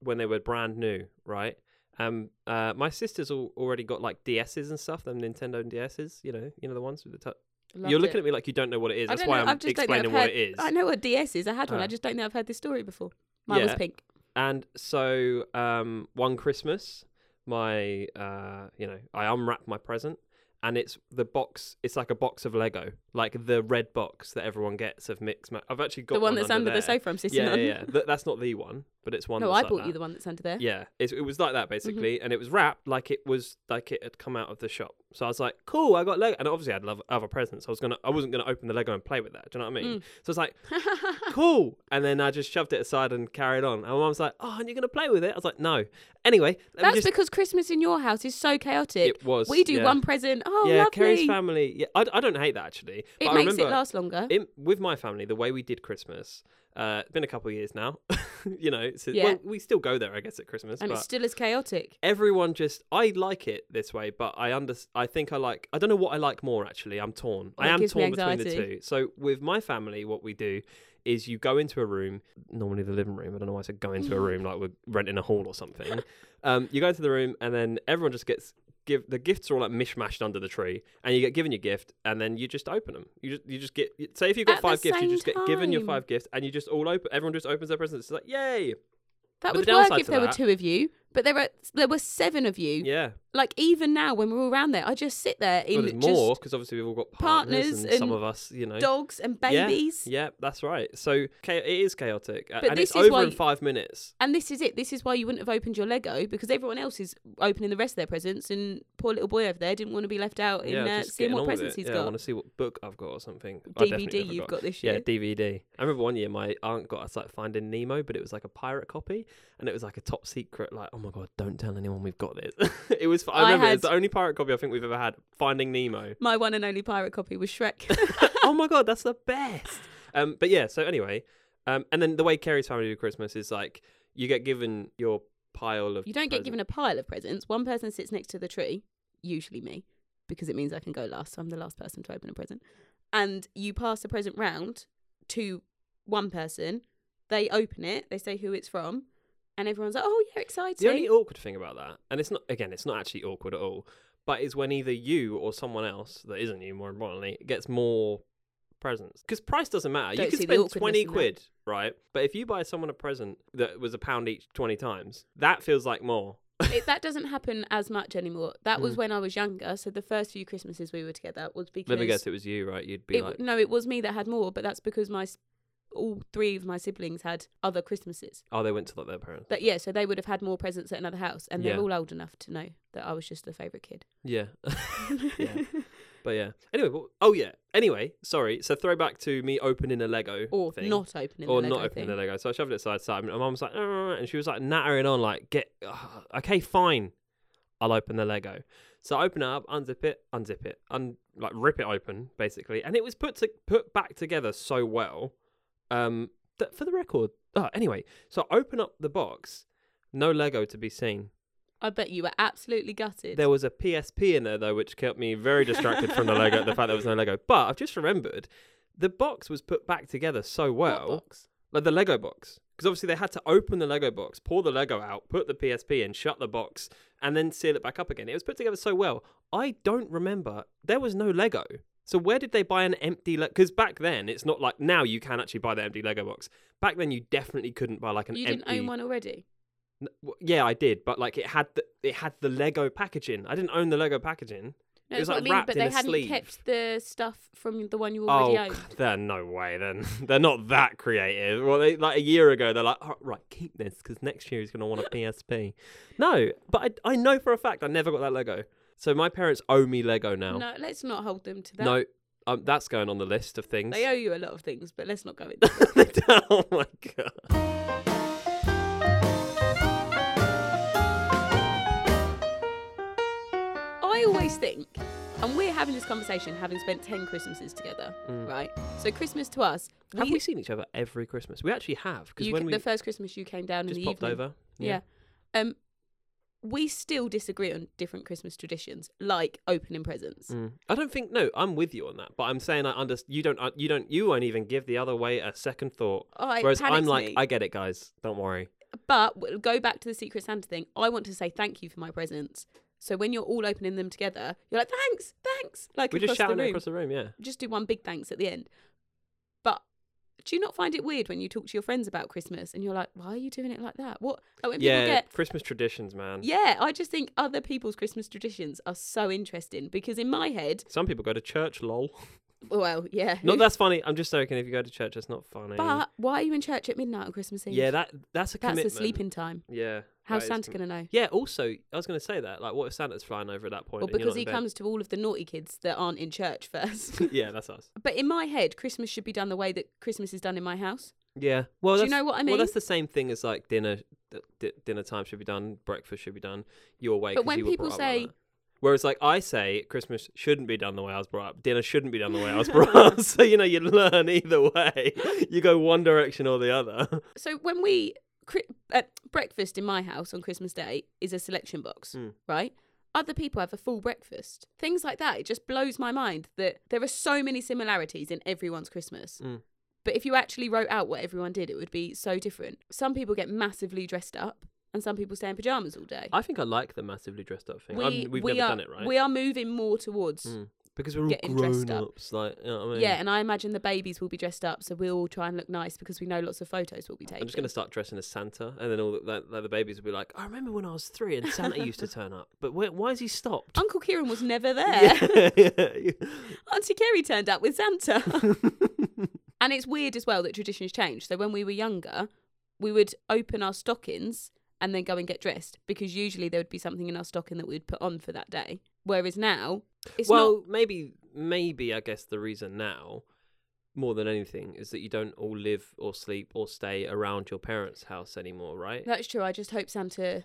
when they were brand new, right? Um, uh, my sisters al- already got like DSs and stuff, them Nintendo and DSs. You know, you know the ones with the touch.
Loved
You're
it.
looking at me like you don't know what it is.
I
That's
don't
why
know-
I'm
I've just don't know
explaining
I've
what
heard-
it is.
I know what DS is. I had one.
Ah.
I just don't know I've heard this story before. Mine was
Yeah.
pink.
And so um, one Christmas, my uh, you know, I unwrap my present, and it's the box. It's like a box of Lego, like the red box that everyone gets of mix. Ma- I've actually got
The one that's under, the
there.
sofa I'm sitting
yeah,
on.
yeah, yeah.
*laughs*
Th- that's not the one, but it's one.
No,
that's
I
like
bought
that.
you the one Mm-hmm. that's under there.
Yeah, it, it was like that basically, and it was wrapped like it was like it had come out of the shop. So I was like, "Cool, I got Lego," and obviously I had love, other presents. I was gonna, I wasn't gonna open the Lego and play with that. Do you know what I
Mm.
mean? So I was like,
*laughs*
"Cool," and then I just shoved it aside and carried on. And my mum's like, "Oh, and you're gonna play with it?" I was like, "No." Anyway, let
That's
me just.
because Christmas in your house is so chaotic.
it was.
we do
yeah.
one present. Oh,
yeah,
lovely.
Kerry's family. Yeah, I, I don't hate that actually.
it
but I
makes
remember
it last longer.
in, with my family, the way we did Christmas, uh, it's been a couple of years now. *laughs* you know, so,
Yeah.
well, we still go there, I guess, at Christmas.
and
but
it's still as chaotic.
everyone just I like it this way, but I under I think I like I don't know what I like more actually. I'm torn. I
That
am
gives me
torn between the
anxiety.
two. So with my family, what we do is you go into a room, normally the living room. I don't know why I said go into a room like we're renting a hall or
*laughs*
something. um, you go into the room and then everyone just gets give the gifts are all like mishmashed under the tree, and you get given your gift, and then you just open them. You just you just get say if you've got
At the
five gifts, you
same
just get given your
time.
five gifts, and you just all open. Everyone just opens their presents. It's like yay,
That
the
would
downside
work if
to
there were
that-
two of you, but there were there were seven of you.
yeah.
Like even now, when we're all around there, I just sit there in
Well, there's
just
more because obviously we've all got partners,
partners
and, some
and
of us, you know,
dogs and
Yeah,
babies.
Yeah, that's right. So cha- it is chaotic, uh,
But
and
this
it's
is
over
why
in
you-
five minutes.
And this is it. This is why you wouldn't have opened your Lego because everyone else is opening the rest of their presents, and poor little boy over there didn't want to be left out in
yeah,
uh,
just
seeing
getting
what
on with
presents
it.
he's
yeah, I
got.
want to see what book I've got or something. I definitely
DVD
haven't
you've got this year.
Yeah, DVD. I remember one year my aunt got us like Finding Nemo, but it was like a pirate copy, and it was like a top secret. Like, oh my god, don't tell anyone we've got this. *laughs* it was. I
I
remember it's the
had-
only pirate copy I think we've ever had. Finding Nemo.
My one and only pirate copy was Shrek.
*laughs* oh my god, that's the best. Um, but yeah, so anyway, um, and then the way Kerry's family do Christmas is like you get given your pile of.
you don't get
presents.
given a pile of presents. One person sits next to the tree, usually me, because it means I can go last. So I'm the last person to open a present. And you pass the present round to one person. They open it. They say who it's from, and everyone's like, "Oh yeah,
The
exciting!"
only awkward thing about that, and it's not again, it's not actually awkward at all, but is when either you or someone else that isn't you, more importantly, gets more presents because price doesn't matter.
Don't
you
see
can
the
spend
awkwardness
twenty
in that.
quid, right? But if you buy someone a present that was a pound each twenty times, that feels like more.
it, that doesn't happen as much anymore. That was
Mm.
when I was younger. So the first few Christmases we were together was because
*laughs* Let me guess, it was you, right? You'd be
it-
like,
no, it was me that had more, but that's because my s- all three of my siblings had other Christmases.
oh, they went to like their parents.
But yeah, so they would have had more presents at another house, and
Yeah.
they're all old enough to know that I was just the favourite kid.
Yeah. But *laughs* yeah. Anyway, well, oh yeah. Anyway, sorry. So throwback to me opening a Lego
*laughs* or
thing.
not opening
or
the
not
Lego
opening
thing.
the Lego. So I shoved it aside. So my mum was like, "Ah," and she was like nattering on, like, get *sighs* ah, okay, fine, I'll open the Lego. So I open it up, unzip it, unzip it, un like rip it open basically, and it was put to put back together so well. Um, that for the record. Oh, anyway, so I open up the box, no Lego to be seen.
I bet you were absolutely gutted.
There was a PSP in there though, which kept me very distracted from the Lego. The fact there was no Lego, but I've just remembered. The box was put back together so
What
well
box?
like the Lego box. Because obviously they had to open the Lego box, pour the Lego out, put the PSP in, shut the box, and then seal it back up again. It was put together so well. I don't remember. There was no Lego. So where did they buy an empty Lego? Because back then it's not like now you can actually buy the empty Lego box. Back then you definitely couldn't buy like an
You
empty.
didn't own one already.
N- w- Yeah, I did, but like it had the it had the Lego packaging. I didn't own the Lego packaging.
No,
It was,
that's what
like,
I mean.
wrapped
But
in
they
a
hadn't
sleeve.
kept the stuff from the one you already
oh,
owned.
c- they're no way. Then they're *laughs* not that creative. Well, they, like a year ago, they're like, "Oh, right, keep this because next year he's going to
*laughs*
want a PSP. No, but I, I know for a fact I never got that Lego. So my parents owe me Lego now.
No, let's not hold them to that.
no, um, that's going on the list of things.
They owe you a lot of things, but let's not go into that.
They do- *laughs* oh my god.
I always think, and we're having this conversation having spent 10 Christmases together, right? So Christmas to us,
Mm. Have
we,
we seen each other every Christmas? We actually have because
you,
when
ca-
we
the first Christmas you came down
just
in the
popped
evening.
over,
Yeah. Um, we still disagree on different Christmas traditions, like opening presents.
Mm. I don't think no. I'm with you on that, but I'm saying I under you don't uh, you don't you won't even give the other way a second thought.
Oh, it
Whereas I'm
panics
like
me.
I get it, guys. Don't worry.
But w- go back to the Secret Santa thing. I want to say thank you for my presents. So when you're all opening them together, you're like, thanks, thanks. Like
We're just
across the
shouting it
room.
across the room, yeah.
just do one big thanks at the end. But do you not find it weird when you talk to your friends about Christmas and you're like, why are you doing it like that? What? Like when
yeah,
people get.
Christmas traditions, man.
Yeah, I just think other people's Christmas traditions are so interesting because in my head,
Some people go to church,
*laughs*
lol. *laughs*
well, yeah.
Not that's funny. I'm just joking. If you go to church, that's not funny.
But why are you in church at midnight on Christmas Eve?
yeah, that that's a
that's
commitment.
a sleeping time.
Yeah.
How's
that is
Santa
com-
going to know?
Yeah. Also, I was going to say that. Like, what if Santa's flying over at that point?
Well,
and you're
because
not
he
in bed?
comes to all of the naughty kids that aren't in church *laughs* first.
*laughs* yeah, that's us.
but in my head, Christmas should be done the way that Christmas is done in my house.
Yeah. Well,
Do you
Oh, that's-
know what I
Well,
mean?
that's the same thing as like dinner. d- d- dinner time should be done. Breakfast should be done. You're awake.
But
'cause
when
you were
people
brought up like
say-
that. Whereas, like I say, Christmas shouldn't be done the way I was brought up. Dinner shouldn't be done the way I was brought up. *laughs* So you know, you learn either
*laughs*
way. You go one direction or the other.
so when we cri- uh, breakfast in my house on Christmas Day is a selection box,
Mm.
right? Other people have a full breakfast. Things like that. It just blows my mind that there are so many similarities in everyone's Christmas.
Mm.
But if you actually wrote out what everyone did, it would be so different. Some people get massively dressed up, and some people stay in pajamas all day.
I think I like the massively dressed up thing. We, we've never
are,
done it, right?
We are moving more towards.
Mm. Because we're all
getting dressed
grown
up.
ups. Like, you know what I mean?
Yeah, and I imagine the babies will be dressed up, so we'll all try and look nice because we know lots of photos will be taken.
I'm just going to start dressing as Santa, and then all the, the, the babies will be like, I remember when I was three and Santa used to turn up, but where, why has he stopped?
Uncle Kieran
*laughs*
was never there.
Yeah.
Auntie Kerry turned up with Santa. *laughs*
*laughs*
and it's weird as well that traditions change. So when we were younger, we would open our stockings and then go and get dressed because usually there would be something in our stocking that we'd put on for that day. Whereas now, it's
well, maybe, maybe I guess the reason now, more than anything, is that you don't all live or sleep or stay around your parents' house anymore, right?
not. That's true. I just hope Santa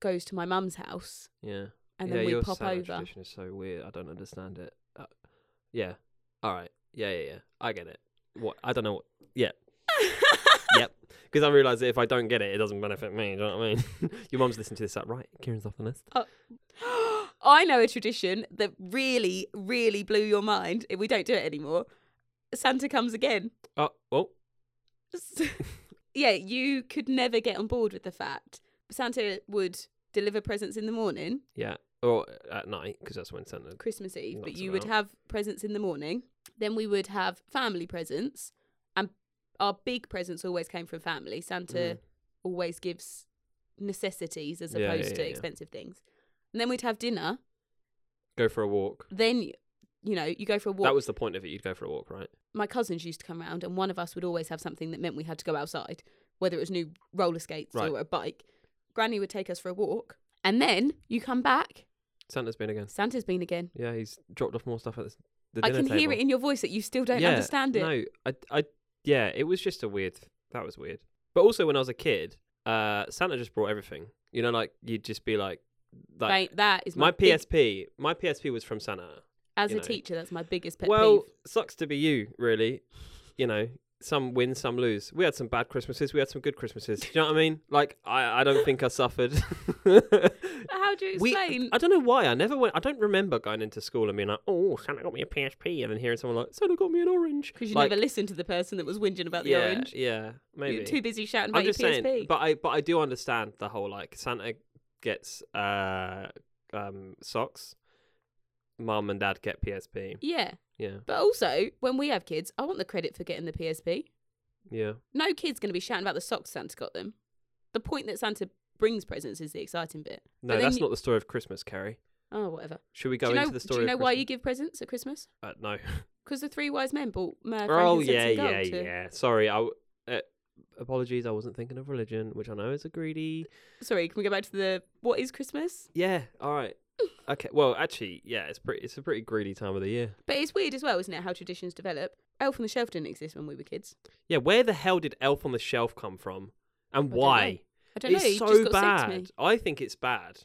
goes to my mum's house
yeah.
and
yeah,
then we
your
pop
Santa
over.
tradition is so weird. I don't understand it. Uh, yeah. All right. Yeah, yeah, yeah. I get it. What? I don't know. What, yeah. yep. Because I realise that if I don't get it, it doesn't benefit me. Do you know what I mean? *laughs* Your mum's listening to this, like, right? Kieran's off the list.
*laughs* I know a tradition that really, really blew your mind. We don't do it anymore. Santa comes again.
Oh, well,
*laughs* yeah, you could never get on board with the fact Santa would deliver presents in the morning,
yeah. Or at night, because that's when Santa.
Christmas Eve, but
Knocks
you
them
would
out.
have presents in the morning Then we would have family presents, and our big presents always came from family. Santa
Mm.
always gives necessities as
Yeah,
opposed
yeah,
to
yeah.
expensive things. And then we'd have dinner.
Go for a walk.
Then, you know, you go for a walk.
That was the point of it. You'd go for a walk, right?
My cousins used to come round, and one of us would always have something that meant we had to go outside, whether it was new roller skates
Right.
or a bike. Granny would take us for a walk. And then you come back,
Santa's been again.
Santa's been again.
Yeah, he's dropped off more stuff at the, the
I
dinner
can
table.
hear it in your voice that you still don't
yeah,
understand it.
No, I, I, yeah, it was just a weird. That was weird. But also, when I was a kid, uh, Santa just brought everything. You know, like you'd just be like, like
Right, that is my,
my
big-
PSP. My PSP was from Santa.
as
you
a
know.
teacher. That's my biggest pet
well,
peeve.
sucks to be you, really. You know, some win, some lose. We had some bad Christmases. We had some good Christmases. Do you know what I mean? Like, I, I don't think I suffered. *laughs*
How do you
We,
explain?
I don't know why. I never went. I don't remember going into school and being like, "Oh, Santa got me a PSP," and then hearing someone like, "Santa got me an orange."
Because you
like,
never listened to the person that was whinging about the
yeah,
orange.
Yeah, maybe.
You're too busy shouting about
I'm
your
just
PSP.
saying, but I but I do understand the whole like Santa gets uh um socks, mum and dad get PSP.
yeah,
Yeah,
but also when we have kids, I want the credit for getting the PSP.
yeah,
No kid's going to be shouting about the socks Santa got them. The point that Santa brings presents is the exciting bit.
no,
then
that's
you-
not the story of Christmas, Carrie.
Oh, whatever.
Should we go
do you know,
into the story?
do you know
of
why you
Christmas?
give presents at Christmas?
Uh,
*laughs*
no.
Because the three wise men bought uh,
oh
frankincense
yeah,
and gold
yeah,
to-
yeah. Sorry, I. w- Uh, apologies, I wasn't thinking of religion, which I know is a greedy.
Sorry, can we go back to the what is Christmas?
Yeah. All right. okay. Well, actually, yeah, it's pretty. It's a pretty greedy time of the year.
But it's weird as well, isn't it? How traditions develop. Elf on the Shelf didn't exist when we were kids.
Yeah. Where the hell did Elf on the Shelf come from, and
don't know.
why?
I don't know.
it's
You
so
just got
bad.
sent to me.
I think it's bad,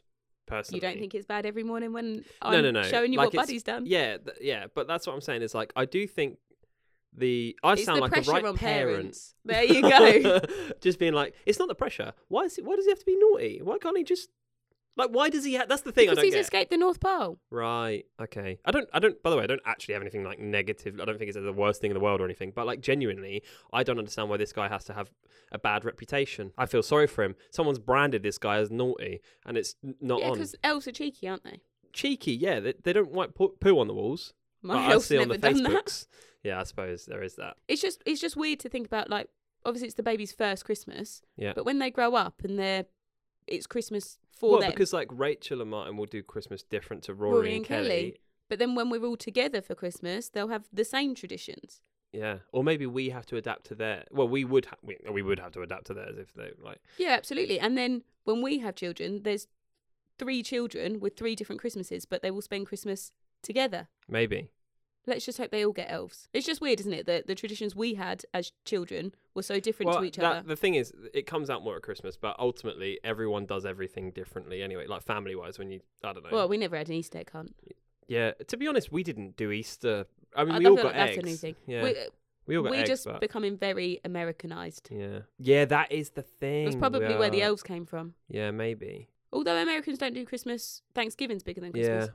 personally.
You don't think it's bad every morning when
No,
I'm
no, no.
showing you
Like,
what
it's-
Buddy's done?
Yeah, th- yeah, but that's what I'm saying. Is like I do think the I
it's
sound
the
like a
pressure
right
on
parent.
parents.
*laughs*
There you go.
just being like, it's not the pressure. Why is it? Why does he have to be naughty? Why can't he just like? Why does he? Ha- that's the thing.
because
I don't
he's
get.
escaped the North Pole.
Right. Okay. I don't. I don't. By the way, I don't actually have anything like negative. I don't think it's the worst thing in the world or anything. But like genuinely, I don't understand why this guy has to have a bad reputation. I feel sorry for him. Someone's branded this guy as naughty, and it's n- not
Yeah,
on
because elves are cheeky, aren't they?
cheeky. Yeah, they, they don't wipe poo, poo on the walls.
My
but I
elf's
see on
never
the
done that.
Facebooks. Yeah, I suppose there is that.
It's just it's just weird to think about. Like obviously it's the baby's first Christmas,
Yeah.
but when they grow up and they're it's Christmas for
well,
them.
because like Rachel and Martin will do Christmas different to Rory,
Rory
and,
and Kelly. But then when we're all together for Christmas, they'll have the same traditions.
Yeah, or maybe we have to adapt to their. Well, we would. Ha- we, we would have to adapt to theirs if they like.
Yeah, absolutely. And then when we have children, there's three children with three different Christmases, but they will spend Christmas together.
Maybe.
Let's just hope they all get elves. It's just weird, isn't it, that the traditions we had as children were so different to each
that-
other.
The thing is, it comes out more at Christmas, but ultimately everyone does everything differently anyway. Like family wise, when you, I don't know.
Well, we never had an Easter egg hunt.
yeah. To be honest, we didn't do Easter. I mean,
I
we
don't
all
feel
got
like
eggs.
that's a new thing.
Yeah, we,
We,
all got
we're
eggs.
just
but-
becoming very Americanized.
yeah, yeah, that is the thing.
That's probably where the
yeah.
elves came from.
Yeah, maybe.
Although Americans don't do Christmas, Thanksgiving's bigger than Christmas.
Yeah.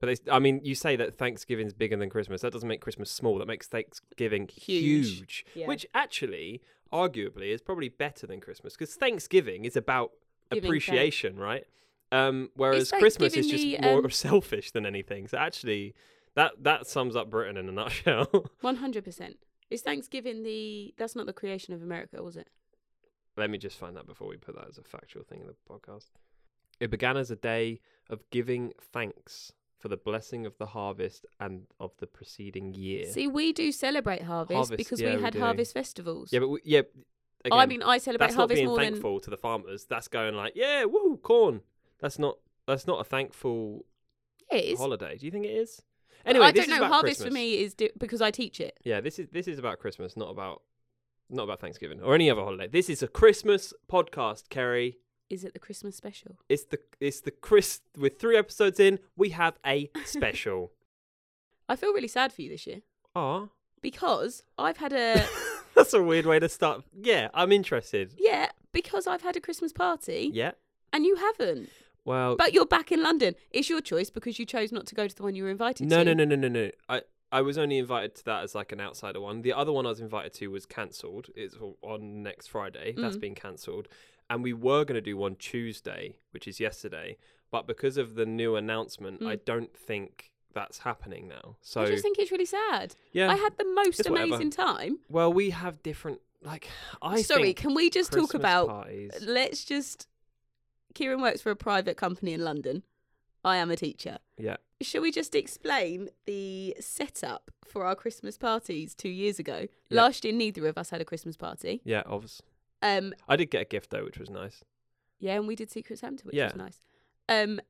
But they, I mean, you say that Thanksgiving's bigger than Christmas. That doesn't make Christmas small. That makes Thanksgiving
Huge.
huge.
Yeah.
Which actually, arguably, is probably better than Christmas because Thanksgiving is about
Giving
appreciation, right? Um, whereas
Is
Christmas is just
Thanksgiving the,
more
um,
selfish than anything. So actually, that that sums up Britain in a *laughs* nutshell.
One hundred percent. Is Thanksgiving the? That's not the creation of America, was it?
Let me just find that before we put that as a factual thing in the podcast. It began as a day of giving thanks for the blessing of the harvest and of the preceding year.
See, we do celebrate harvest,
Harvest,
because
yeah,
we
we
had
do.
harvest festivals.
Yeah, but we, yeah. Again,
I mean, I celebrate
that's not
harvest
being
more than
thankful to the farmers. That's going like, yeah, woo, corn. That's not. That's not a thankful
Yeah, it is.
holiday. Do you think it is? Anyway,
I
this
don't
is
know.
about
Harvest
Christmas.
for me is di- because I teach it.
Yeah, this is this is about Christmas, not about not about Thanksgiving or any other holiday. This is a Christmas podcast, Kerry.
Is it the Christmas special?
It's the it's the Chris with three episodes in. We have
*laughs*
a special.
I feel really sad for you this year
Ah,
because I've
*laughs*
had a
that's a weird way to start. Yeah, I'm interested.
yeah because I've had a Christmas party
Yeah.
and you haven't.
Well,
But you're back in London. It's your choice because you chose not to go to the one you were invited
No,
to.
no, no, no, no, no. I I was only invited to that as like an outsider one. The other one I was invited to was cancelled. It's o- on next Friday. That's
Mm.
been cancelled. And we were going to do
Mm.
one Tuesday, which is yesterday, but because of the new announcement, I don't think that's happening now. So
I just think it's really sad.
yeah,
I had the most
It's whatever.
amazing time.
well, we have different like I
Sorry,
think
can we just
Christmas
talk about
parties.
let's just Kieran works for a private company in London. I am a teacher.
Yeah.
Shall we just explain the setup for our Christmas parties two years ago?
Yeah.
Last year, neither of us had a Christmas party.
Yeah, obviously.
Um,
I did get a gift though, which was nice.
yeah, and we did Secret Santa, which
Yeah.
was nice. Um,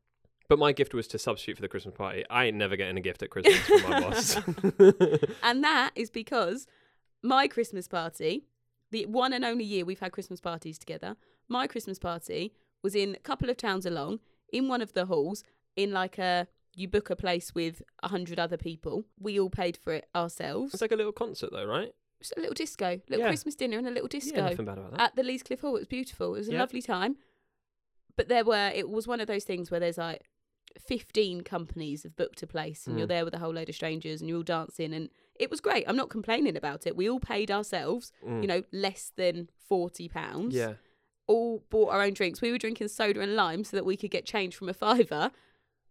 But my gift was to substitute for the Christmas party. I ain't never getting a gift at Christmas from my boss.
*laughs*
*laughs*
and that is because my Christmas party, the one and only year we've had Christmas parties together, my Christmas party was in a couple of towns along, in one of the halls, in like a you book a place with a hundred other people. We all paid for it ourselves.
it's like a little concert though, right?
It's a little disco, little
Yeah.
Christmas dinner, and a little disco
Yeah, nothing bad about that.
at the Leescliff Hall. It was beautiful. It was a
Yeah.
lovely time. But there were it was one of those things where there's like fifteen companies have booked a place and you're
Mm.
there with a whole load of strangers and you're all dancing and it was great. I'm not complaining about it. We all paid ourselves,
Mm.
you know, less than forty pounds.
yeah.
All bought our own drinks. We were drinking soda and lime so that we could get change from a fiver.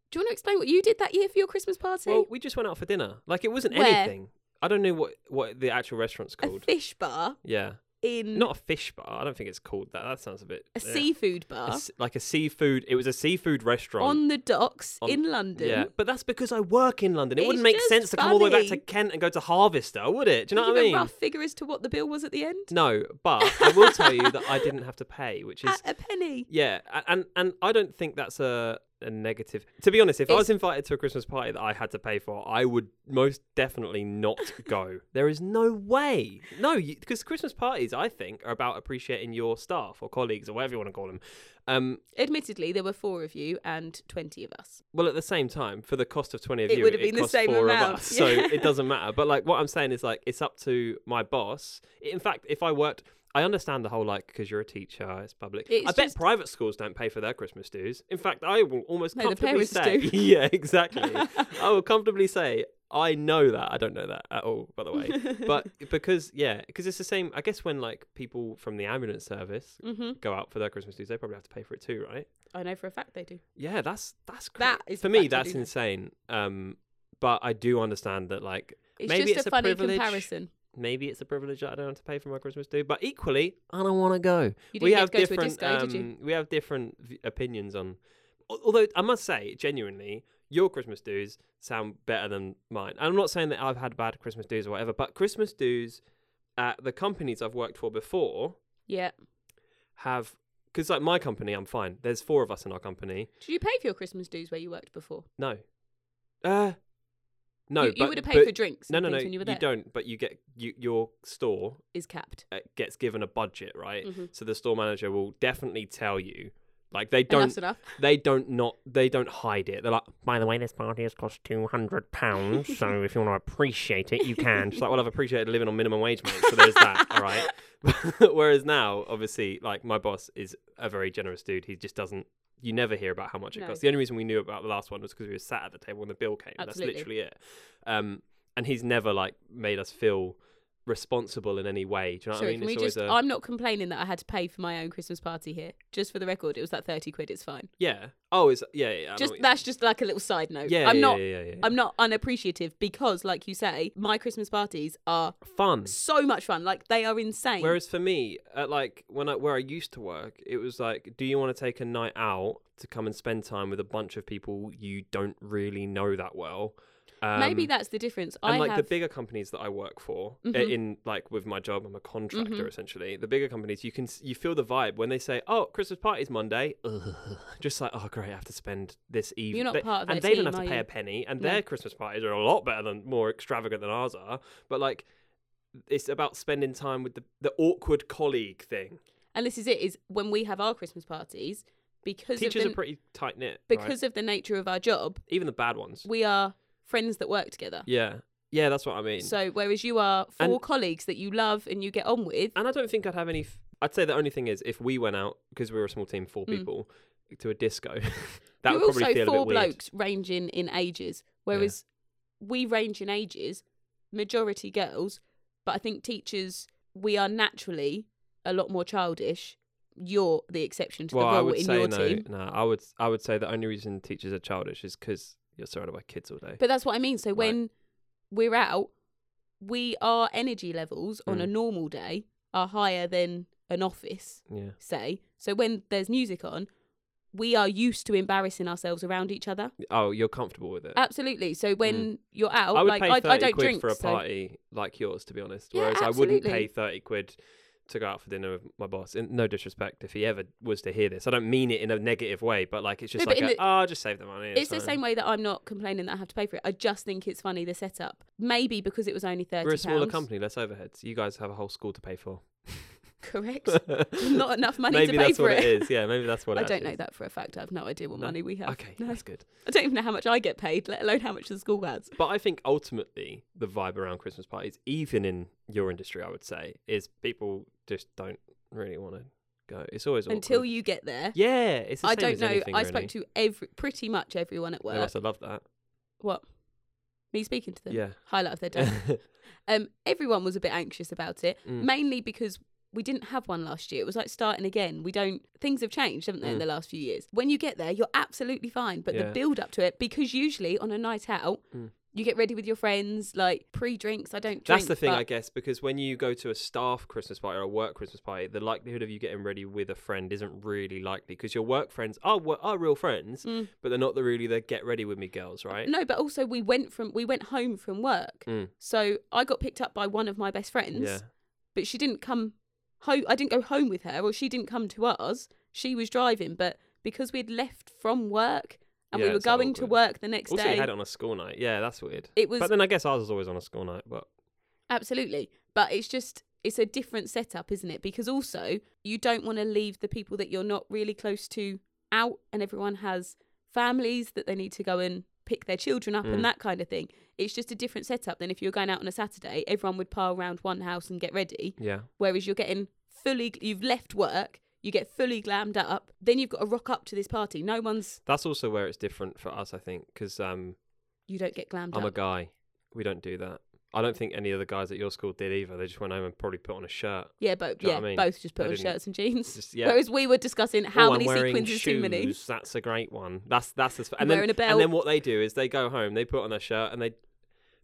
Do you want to explain what you did that year for your Christmas party?
Well, we just went out for dinner. Like it wasn't
Where?
anything. I don't know what what the actual restaurant's
a
called.
fish bar
yeah,
in
not a fish bar. I don't think it's called that. That sounds a bit
a
yeah.
seafood
A
bar
s- like a seafood. It was a seafood restaurant.
on the docks
On-
in London.
yeah, but that's because I work in London. It
It's
wouldn't make
just
sense to come all the way back to
funny.
Kent and go to Harvester, would it? Do you know
Give
what I
a
mean?
rough figure as to what the bill was at the end?
No, but I will tell you that I didn't have to pay, which is
At *laughs* a penny.
Yeah, a- and and I don't think that's a, a negative. To be honest, if I
It's-
was invited to a Christmas party that I had to pay for, I would most definitely not go. there is no way. No, because Christmas parties, I think, are about appreciating your staff or colleagues or whatever you want to call them. Um,
Admittedly, there were four of you and 20 of us.
well, at the same time, for the cost of twenty of
It
you,
would have been the
cost
same
four of
amount,
us, so
yeah.
it doesn't matter. But like, what I'm saying is like, it's up to my boss. In fact, if I worked. I understand the whole like because you're a teacher, it's public.
It's
I bet
just-
private schools don't pay for their Christmas dues. In fact, I will almost
No, the
comfortably
parents
say, *laughs*
do.
yeah,
*laughs*
exactly. *laughs* I will comfortably say I know that. I don't know that at all, by the
*laughs*
way. But because yeah, because it's the same. I guess when like people from the ambulance service
hmm
go out for their Christmas dues, they probably have to pay for it too, right?
I know for a fact they do.
Yeah, that's that's cra-
That is
for me.
actually
That's
nice.
insane. Um, but I do understand that like
It's
Maybe
just
it's
a
a
funny
privilege.
comparison.
maybe it's a privilege that I don't have to pay for my Christmas due, but equally I don't want to go.
You
we
didn't
have
get to go to a
different.
disco, did you?
um, We have different v- opinions on. al- Although I must say, genuinely, your Christmas dues sound better than mine. And I'm not saying that I've had bad Christmas dues or whatever, but Christmas dues at the companies I've worked for before
Yeah.
have because like my company, I'm fine. There's four of us in our company.
Did you pay for your Christmas dues where you worked before?
No, uh, no.
you,
but-
would have paid
but-
for drinks.
No,
and
no, no.
things When you were there.
don't. But you get you, your store
Is capped.
uh, gets given a budget, right?
Mhm.
So the store manager will definitely tell you. Like they don't
Enough's enough.
they don't not they don't hide it. They're like, by the way, this party has cost two hundred pounds.
*laughs*
so if you want to appreciate it, you can. Just like, well, I've appreciated living on minimum wage, mate. So there's
*laughs*
that. all right. *laughs* Whereas now, obviously, like my boss is a very generous dude. He just doesn't. You never hear about how much it
No.
costs. The only reason we knew about the last one was because we were sat at the table when the bill came.
Absolutely.
That's literally it. Um, and he's never like made us feel responsible in any way. Do you know
Sorry,
what I mean?
can we
always
just? i I'm not complaining that I had to pay for my own Christmas party here. Just for the record, it was that thirty quid. It's fine.
yeah. Oh, is yeah, yeah. I know
Just
what you-
that's just like a little side note.
yeah,
I'm
yeah,
not.
yeah, yeah, yeah, yeah.
I'm not unappreciative because, like you say, my Christmas parties are
fun.
so much fun. Like they are insane.
Whereas for me, at like when I where I used to work, it was like, do you want to take a night out to come and spend time with a bunch of people you don't really know that well? Um,
Maybe that's the difference.
and
I
like the
have
bigger companies that I work for, uh,
Mhm.
in like with my job, I'm a contractor
Mm-hmm.
essentially. The bigger companies, you can s- you feel the vibe when they say, "Oh, Christmas party's Monday," ugh, just like, "Oh, great, I have to spend this evening."
not
They-
part of
and
their
they don't
team,
have to
are
pay
you?
a penny, and
No.
their Christmas parties are a lot better than more extravagant than ours are. But like, it's about spending time with the the awkward colleague thing.
and this is it is when we have our Christmas parties because
Teachers
of
are
the,
pretty tight knit
because of the nature of our job,
even the bad ones.
we are friends that work together.
Yeah, yeah, that's what I mean.
So whereas you are four
And-
colleagues that you love and you get on with,
And I don't think I'd have any. F- I'd say the only thing is if we went out because we were a small team, four
Mm.
people, to a disco, *laughs* that
we're
would probably
also
feel
four
a bit weird.
blokes ranging in ages. Whereas we range in ages, majority girls, but I think teachers we are naturally a lot more childish. You're the exception to
Well,
the
I
rule
would
in
say
your
no,
team.
no. I would I would say the only reason teachers are childish is because You're surrounded by kids all day.
But that's what I mean. So
Right.
when we're out, we our energy levels on
Mm.
a normal day are higher than an office,
yeah.
say. So when there's music on, we are used to embarrassing ourselves around each other.
Oh, you're comfortable with it.
Absolutely. So when you're out,
Mm. I would
like
pay
I,
thirty
I don't
quid
drink
for a
so-
party like yours, to be honest.
Yeah,
Whereas I wouldn't pay
absolutely.
thirty quid to go out for dinner with my boss. And no disrespect if he ever was to hear this. I don't mean it in a negative way, but like it's just
No,
like,
but in
a,
the-
oh, just save the money.
It's the
fine."
same way that I'm not complaining that I have to pay for it. I just think it's funny the setup. Maybe because it was only thirty.
We're a smaller
pounds.
company, less overheads. You guys have a whole school to pay for.
*laughs* Correct. *laughs*
*laughs*
not enough money
maybe
to pay
that's
for
what
it.
is. Yeah, maybe that's what.
*laughs* I
it
don't
actually
know
is.
that for a fact. I have no idea what
No.
money we have.
Okay,
No.
that's good.
I don't even know how much I get paid, let alone how much the school has.
But I think ultimately the vibe around Christmas parties, even in your industry, I would say, is people just don't really want to go. It's always
Until
awkward.
you get there.
Yeah, it's the
I
same
don't
as
know.
anything,
I
really.
spoke to uh, every pretty much everyone at
They
work.
must have loved that.
What? Me speaking to them.
Yeah.
Highlight of their day.
*laughs*
um, everyone was a bit anxious about it,
Mm.
mainly because we didn't have one last year. It was like starting again. We don't. Things have changed, haven't they, in
Mm.
the last few years? When you get there, you're absolutely fine, but
Yeah.
the build up to it, because usually on a night out.
Mm.
You get ready with your friends, like pre drinks. I don't drink.
That's the thing,
but-
I guess, because when you go to a staff Christmas party or a work Christmas party, the likelihood of you getting ready with a friend isn't really likely because your work friends are wo- are real friends,
Mm.
but they're not the really the get ready with me girls, right?
No, but also we went from we went home from work.
Mm.
So I got picked up by one of my best friends,
Yeah.
but she didn't come home. I didn't go home with her, or she didn't come to us. She was driving, but because we'd left from work and
Yeah,
we were
it's like
going to
awkward.
work the next
Also,
day,
you had it on a school night. Yeah, that's weird.
it was
But then I guess ours was always on a school night, but
absolutely. But it's just it's a different setup, isn't it? Because also you don't want to leave the people that you're not really close to out, and everyone has families that they need to go and pick their children up
Mm.
and that kind of thing. It's just a different setup than if you were going out on a Saturday, everyone would pile round one house and get ready.
yeah.
Whereas you're getting fully, you've left work, you get fully glammed up, then you've got to rock up to this party. No one's,
That's also where it's different for us, I think, because um,
you don't get glammed
I'm a
up.
guy. We don't do that. I don't think any of the guys at your school did either. They just went home and probably put on a shirt.
yeah, but
Do you know
yeah,
what I mean?
both just put
I
on
didn't-
shirts and jeans.
Just, yeah.
Whereas we were discussing how
"Oh, I'm
many
wearing
sequins is too many.
shoes. That's a great one. That's that's as,
I'm
and then
wearing a
and
belt.
then what they do is they go home, they put on a shirt, and they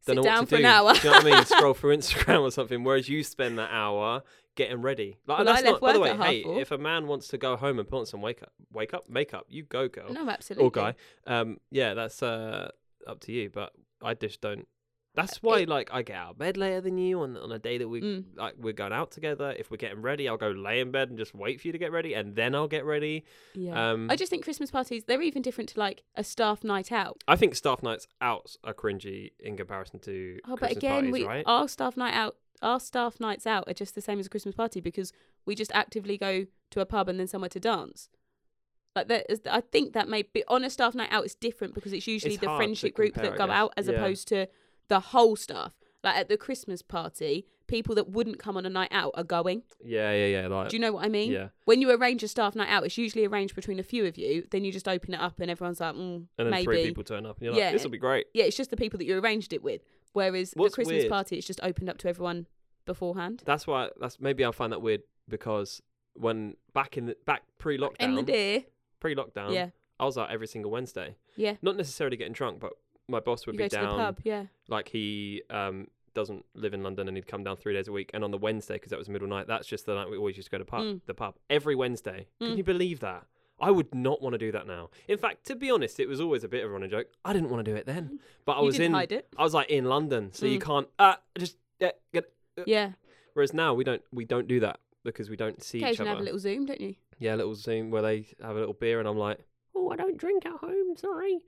don't
Sit
know
down
what to
for
do.
an hour.
do you know what I *laughs*
*laughs*
mean? Scroll through Instagram or something. Whereas you spend that hour getting ready. Like
Well,
that's
I
not.
left
By the
work
way,
at half
hey,
four.
if a man wants to go home and put on some wake up, wake up, makeup, you go, girl
no, absolutely.
or guy. Um, yeah, that's uh up to you. But I just don't. That's why,
Uh, it-
like, I get out of bed later than you on on a day that we
Mm.
like we're going out together. If we're getting ready, I'll go lay in bed and just wait for you to get ready, and then I'll get ready.
Yeah.
Um,
I just think Christmas parties, they're even different to like a staff night out.
I think staff nights out are cringy in comparison to
Oh, but
Christmas
again,
parties,
we
right?
our staff night out, our staff nights out are just the same as a Christmas party because we just actively go to a pub and then somewhere to dance. Like that is, I think that may be on a staff night out. It's different because it's usually
It's
the
hard to
friendship group
compare,
that
I
go
guess.
out as
Yeah.
opposed to the whole staff. Like at the Christmas party, people that wouldn't come on a night out are going.
yeah, yeah, yeah. Like,
Do you know what I mean?
Uh, yeah,
When you arrange a staff night out, it's usually arranged between a few of you. Then you just open it up and everyone's like, mm,
and then
maybe.
three people turn up, and you're
Yeah.
like, "This will be great."
Yeah, it's just the people that you arranged it with. Whereas
What's
the Christmas
weird-
party, it's just opened up to everyone beforehand.
That's why. That's maybe I find that weird because when back in the back
In the
pre-lockdown,
day,
pre-lockdown,
yeah,
I was out every single Wednesday.
Yeah.
Not necessarily getting drunk, but my boss would
you
be
go to
down.
the pub, yeah.
Like he um, doesn't live in London and he'd come down three days a week. And on the Wednesday, because that was middle night, that's just the night we always used to go to pub.
Mm.
The pub every Wednesday. Can
Mm.
you believe that? I would not want to do that now. In fact, to be honest, it was always a bit of a running joke. I didn't want to do it
*laughs*
then, but I
you
was
didn't
in.
hide it,
I was like in London, so you
Mm.
can't uh, just uh, get.
yeah.
Whereas now we don't we don't do that because we don't see each
Occasionally
other.
have a little Zoom, don't you?
yeah, a little Zoom where they have a little beer, and I'm like, oh, I don't drink at home. Sorry.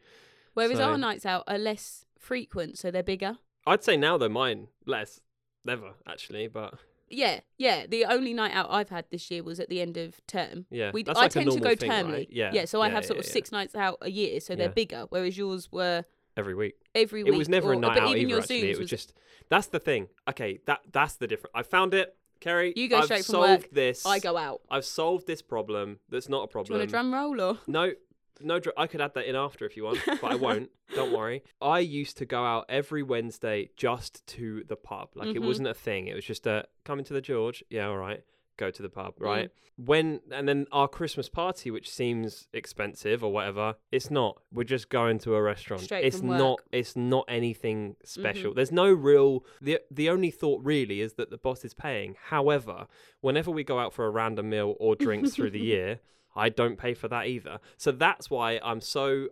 Whereas
So-
our nights out are less frequent, so they're bigger.
I'd say now though mine less, never actually, but
Yeah, yeah. The only night out I've had this year was at the end of term.
yeah,
We,
that's
I
like a
tend to
normal
go
thing,
termly.
right? Yeah,
yeah. So I
yeah,
have sort
yeah,
of
yeah.
six nights out a year, so they're
Yeah.
bigger. Whereas yours were
every week.
every
It
week.
was never
or,
a night
but
out
even
either.
your
Actually,
Zooms
it was,
was
just that's the thing. Okay, that that's the difference. I found it, Kerry.
You go
I've
straight from
solved
work,
this.
I go out.
I've solved this problem. That's not a
Do you
problem.
want a drum roll or?
*laughs* No, no. Dr- I could add that in after if you want, but I
*laughs*
won't. Don't worry. I used to go out every Wednesday just to the pub. Like it
Mhm.
wasn't a thing. It was just a coming to the George. Yeah, all right. go to the pub,
Mm.
right? When and then our Christmas party, which seems expensive or whatever, it's not. We're just going to a restaurant.
Straight
it's
from work. Mm-hmm.
not. It's not anything special. There's no real. the The only thought really is that the boss is paying. However, whenever we go out for a random meal or drinks through the
*laughs*
year, I don't pay for that either. So that's why I'm so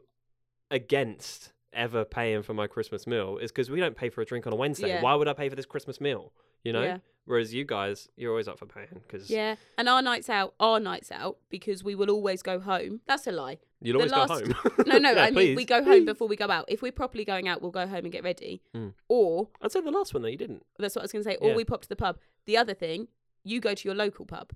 against ever paying for my Christmas meal is because we don't pay for a drink on a Wednesday.
Yeah.
Why would I pay for this Christmas meal? You know.
Yeah.
Whereas you guys, you're always up for paying because
Yeah. And our nights out are nights out because we will always go home. That's
*laughs*
a lie.
you'll
the
always
last-
go home.
*laughs* No, no,
*laughs* Yeah,
I mean we
please.
go home before we go out. If we're properly going out, we'll go home and get ready.
Mm.
Or
I'd say the last one though you didn't.
that's what I was gonna say, or
Yeah.
we pop to the pub. The other thing, you go to your local pub.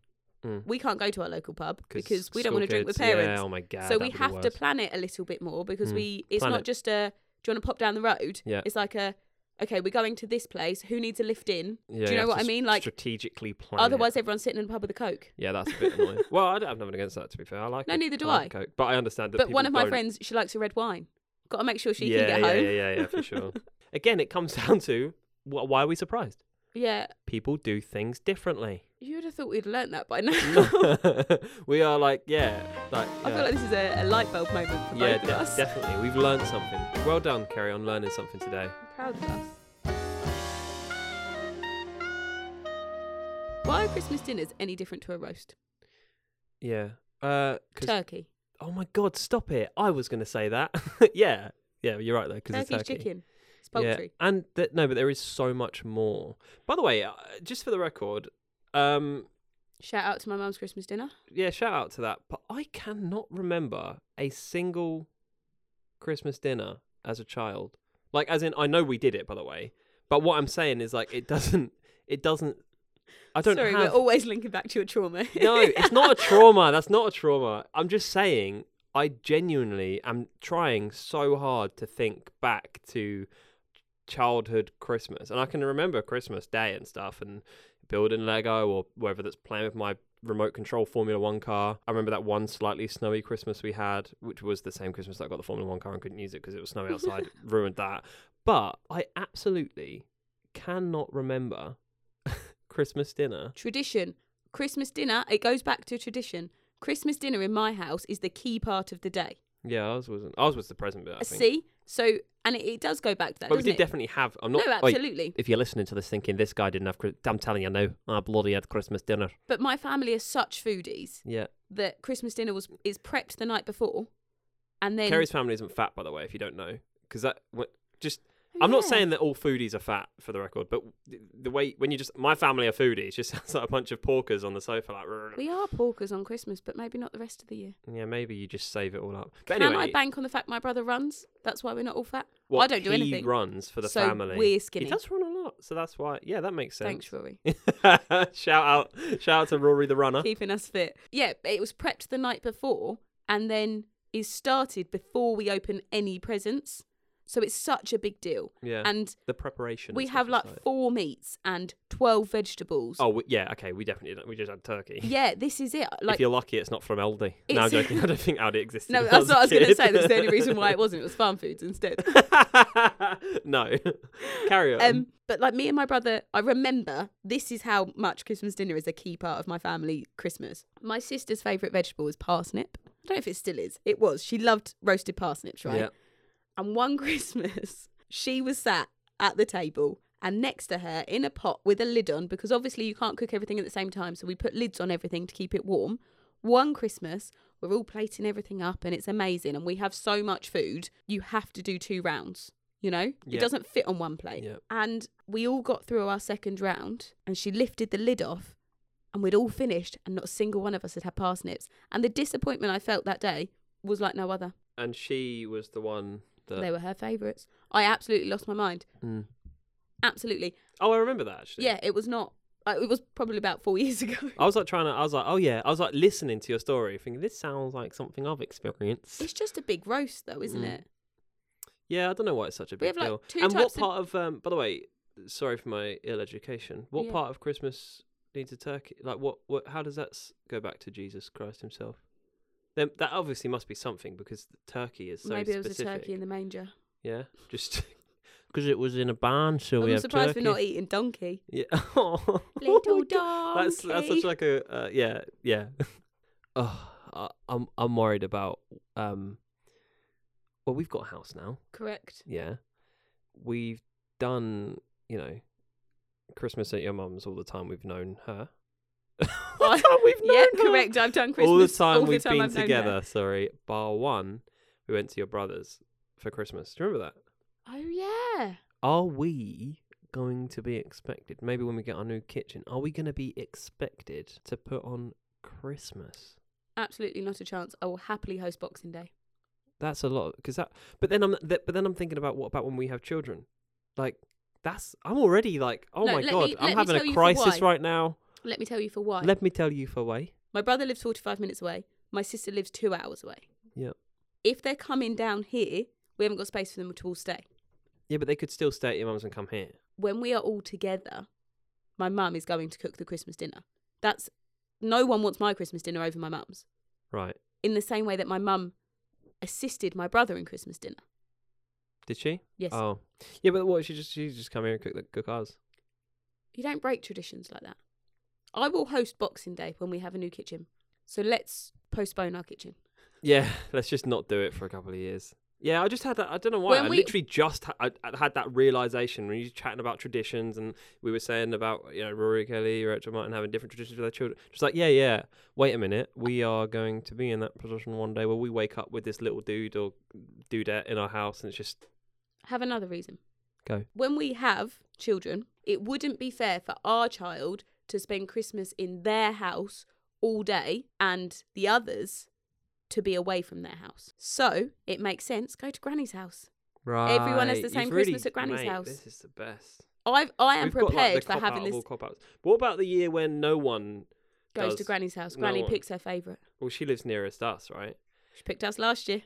Mm.
We can't go to our local pub because we don't want to drink with
school kids-
parents.
Yeah, oh my god.
so
that'd be
we
the
have to
worst.
plan it a little bit more because
Mm.
we it's
Plan
not
it.
just a do you want to pop down the road?
Yeah.
It's like a okay, we're going to this place. Who needs a lift in?
Yeah,
do you
have
know what
to
I
s-
mean? Like
strategically plan. it.
otherwise everyone's sitting in a pub with a coke.
Yeah, that's a bit
*laughs*
annoying. well, I don't have nothing against that. To be fair, I like.
No,
it.
neither do
like
I.
Coke, but I understand that.
But one
people
of my
don't-
friends, she likes a red wine. Got to make sure she
yeah,
can get
yeah,
home.
yeah, yeah, yeah, for
*laughs*
sure. Again, it comes *laughs* down to wh- why are we surprised?
Yeah,
People do things
*laughs*
differently.
you'd have thought we'd learnt
*laughs*
that by now.
we are like, yeah, like.
I
yeah.
feel like this is a, a light bulb moment for
yeah,
both
de-
of us.
definitely. We've learned something. Well done, Kerry, on learning something today.
I'm proud of us. Why are Christmas dinners any different to a roast?
Yeah. Uh, 'cause-
Turkey.
oh my God, stop it! I was going to say that. *laughs* yeah, yeah, you're right though, because it's
Turkey's
turkey.
chicken. It's
Yeah,
poultry.
and th- no, but there is so much more. By the way, uh, just for the record, um,
Shout out to my mum's Christmas dinner.
yeah, shout out to that. But I cannot remember a single Christmas dinner as a child. Like, as in, I know we did it, by the way. But what I'm saying is, like, it doesn't. It doesn't. I don't
Sorry,
have.
we're always linking back to your trauma.
no, it's not a
*laughs*
trauma. That's not a trauma. I'm just saying, I genuinely am trying so hard to think back to childhood Christmas. And I can remember Christmas Day and stuff and building Lego or whether that's playing with my remote control Formula One car. I remember that one slightly snowy Christmas we had, which was the same Christmas that I got the Formula One car and couldn't use it because it was snowy outside. ruined that. But I absolutely cannot remember *laughs* Christmas dinner.
tradition. Christmas dinner, it goes back to tradition. Christmas dinner in my house is the key part of the day.
Yeah, ours wasn't. Ours was the present bit. I think.
See? So, and it, it does go back to that,
but we
doesn't
did
it?
definitely have. I'm not.
no,
wait,
absolutely.
if you're listening to this thinking this guy didn't have, Chri- I'm telling you no, I bloody had Christmas dinner.
But my family are such foodies
Yeah,
that Christmas dinner was is prepped the night before, and then
Kerry's family isn't fat, by the way, if you don't know, because that wh- just. I'm not
Oh, Yeah.
saying that all foodies are fat, for the record, but the- the way when you just my family are foodies, just *laughs* sounds like a bunch of porkers on the sofa, like.
we are porkers on Christmas, but maybe not the rest of the year.
Yeah, maybe you just save it all up. But
Can I
anyway,
bank on the fact my brother runs? That's why we're not all fat.
what
I don't do
he
anything.
runs for the
so
family.
we're
he
skinny.
does run a lot, so that's why. Yeah, that makes sense. *laughs*
Thanks, Rory,
shout out, shout out to Rory the runner.
*laughs* keeping us fit. Yeah, but it was prepped the night before, and then is started before we open any presents. So it's such a big deal,
Yeah,
and
the preparation.
we
and
have
stuff
like
aside.
four meats and twelve vegetables.
Oh *laughs* we, yeah, okay. We definitely don't. we just had turkey.
Yeah, this is it.
*laughs*
Like
if you're lucky, it's not from Aldi. No, I'm
It's- *laughs*
joking. I don't think Aldi existed. *laughs*
No,
when
that's what I was going to
a
say. That's the only
kid.
reason why it wasn't. It was farm foods
*laughs*
instead.
no, *laughs* carry on.
Um, but like me and my brother, I remember this is how much Christmas dinner is a key part of my family Christmas. My sister's favourite vegetable was parsnip. I don't know if it still is. It was. She loved roasted parsnips, right?
Yeah.
And one *laughs* Christmas, she was sat at the table and next to her in a pot with a lid on, because obviously you can't cook everything at the same time. So we put lids on everything to keep it warm. One Christmas, we're all plating everything up and it's amazing. And we have so much food, you have to do two rounds, you know?
Yeah.
It doesn't fit on one plate.
Yeah.
And we all got through our second round and she lifted the lid off and we'd all finished and not a single one of us had had parsnips. And the disappointment I felt that day was like no other.
And she was the one that.
They were her favourites. I absolutely lost my mind.
Mm.
Absolutely.
Oh, I remember that actually.
Yeah, it was not. Uh, it was probably about four *laughs* years ago.
I was like trying to. I was like, oh yeah. I was like listening to your story, thinking this sounds like something I've experienced.
It's just a big roast, though, isn't
Mm.
it?
Yeah, I don't know why it's such a big
We have, like,
deal.
two
and what
types of-
part of? Um, by the way, sorry for my ill education. What
Yeah.
part of Christmas needs a turkey? Like, what? What? How does that s- go back to Jesus Christ Himself? Then that obviously must be something because the turkey is so
Maybe there was
specific.
a turkey in the manger.
Yeah, just *laughs* because it was in a barn, so we
I'm
have
surprised
turkey.
we're not eating *laughs* donkey.
Yeah. *laughs*
Little donkey.
That's that's such like a uh, yeah yeah. *laughs* oh, I, I'm I'm worried about um. Well, we've got a house now.
*laughs* correct.
Yeah, we've done you know Christmas at your mum's all the time we've known her. *laughs* all the *laughs* time we've known
*laughs* Yeah,
her.
correct. I've done Christmas
all the time
all
we've been
I've known her.
together. Sorry, bar one, we went to your brother's for Christmas. Do you remember that?
Oh yeah.
Are we going to be expected? Maybe when we get our new kitchen, are we going to be expected to put on Christmas?
Absolutely not a chance. I will happily host Boxing Day.
That's a lot because that. But then I'm th- but then I'm thinking about what about when we have children? Like that's I'm already like oh
No,
my
let
god
me- let me
I'm having
tell
a
you for
crisis
why.
right now.
Let me tell you for why.
Let me tell you for why.
My brother lives 45 minutes away. My sister lives two hours away.
Yeah.
If they're coming down here, we haven't got space for them to all stay.
Yeah, but they could still stay at your mum's and come here.
When we are all together, my mum is going to cook the Christmas dinner. That's no one wants my Christmas dinner over my mum's.
Right?
In the same way that my mum assisted my brother in Christmas dinner.
Did she?
Yes.
Oh, yeah, but what? She just she just come here and cook the, cook ours.
You don't break traditions like that. I will host Boxing Day when we have a new kitchen. So let's postpone our kitchen.
Yeah, *laughs* let's just not do it for a couple of years. Yeah, I just had that. I don't know why.
When
I
we-
literally just ha- I, I had that realization when you were chatting about traditions and we were saying about you know Rory Kelly, Rachel Martin having different traditions with their children. Just like yeah, yeah. Wait a minute, we are going to be in that position one day where we wake up with this little dude or dudette in our house and it's just
Have another reason.
go.
when we have children, it wouldn't be fair for our child to spend Christmas in their house all day and the others to be away from their house. So it makes sense go to Granny's house.
Right.
Everyone has the
You've
same
really-
Christmas at Granny's
mate,
house.
This is the best.
I've, I am
We've got, like,
prepared
the
for
cop
having
out of
this
all cop outs. What about the year when no one
goes to
does.
Granny's house.
No
Granny
one.
picks her favourite.
Well, she lives nearest us, right?
She picked us last year.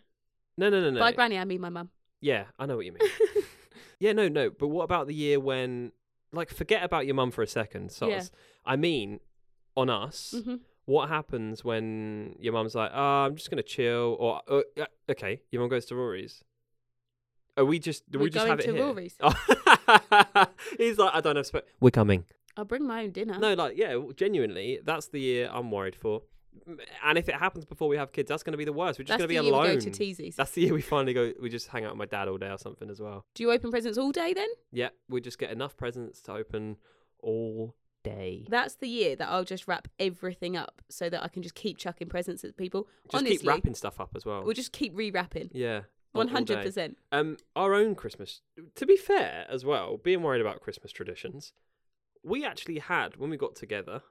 No, no, no, no.
By Granny, I mean
*laughs*
my mum.
yeah, I know what
*laughs*
you mean. yeah, no, no. But what about the year when, like, forget about your mum for a second, Soz.
Yeah.
I mean, on us,
hmm
what happens when your mum's like, "Ah, I'm just going to chill, or uh, uh, okay, your mum goes to Rory's? Are we just, do
We're
we just
going
have it
to
here?
Rory's.
*laughs* He's like, I don't have space. We're coming.
I'll bring my own dinner.
No, like, yeah, w- genuinely, that's the year I'm worried for. M- And if it happens before we have kids, that's going to be the worst. We're just
That's
going to be
the year
alone.
we go to Teezy's.
That's the year we finally go. We just hang out with my dad all day or something as well.
Do you open presents all day then?
Yeah, we just get enough presents to open all day.
That's the year that I'll just wrap everything up so that I can just keep chucking presents at people.
Just
Honestly,
keep wrapping stuff up as well.
we'll just keep rewrapping.
yeah, all- all
One
day.
hundred percent.
Um, our own Christmas. To be fair, as well, being worried about Christmas traditions, we actually had when we got together,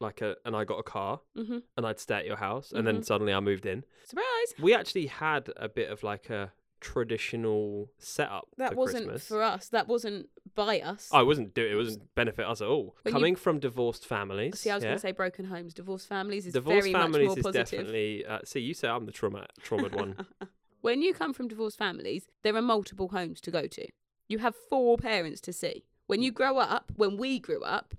like a, and I got a car, and I'd stay at your house, and then
Mhm.
suddenly I moved in.
Mm-hmm. Surprise!
We actually had a bit of like a traditional setup.
That
for
wasn't
Christmas. Oh,
for us. That wasn't by us.
I wasn't do it. wasn't benefit us at all.
When you-
Coming from divorced families.
See, I was
yeah?
going to say broken homes, divorced families is
divorced
very much
families
more
is
positive.
definitely. Uh, see, you say I'm the trauma traumatized one.
*laughs* when you come from divorced families, there are multiple homes to go to. You have four parents to see. When you grow up, when we grew up,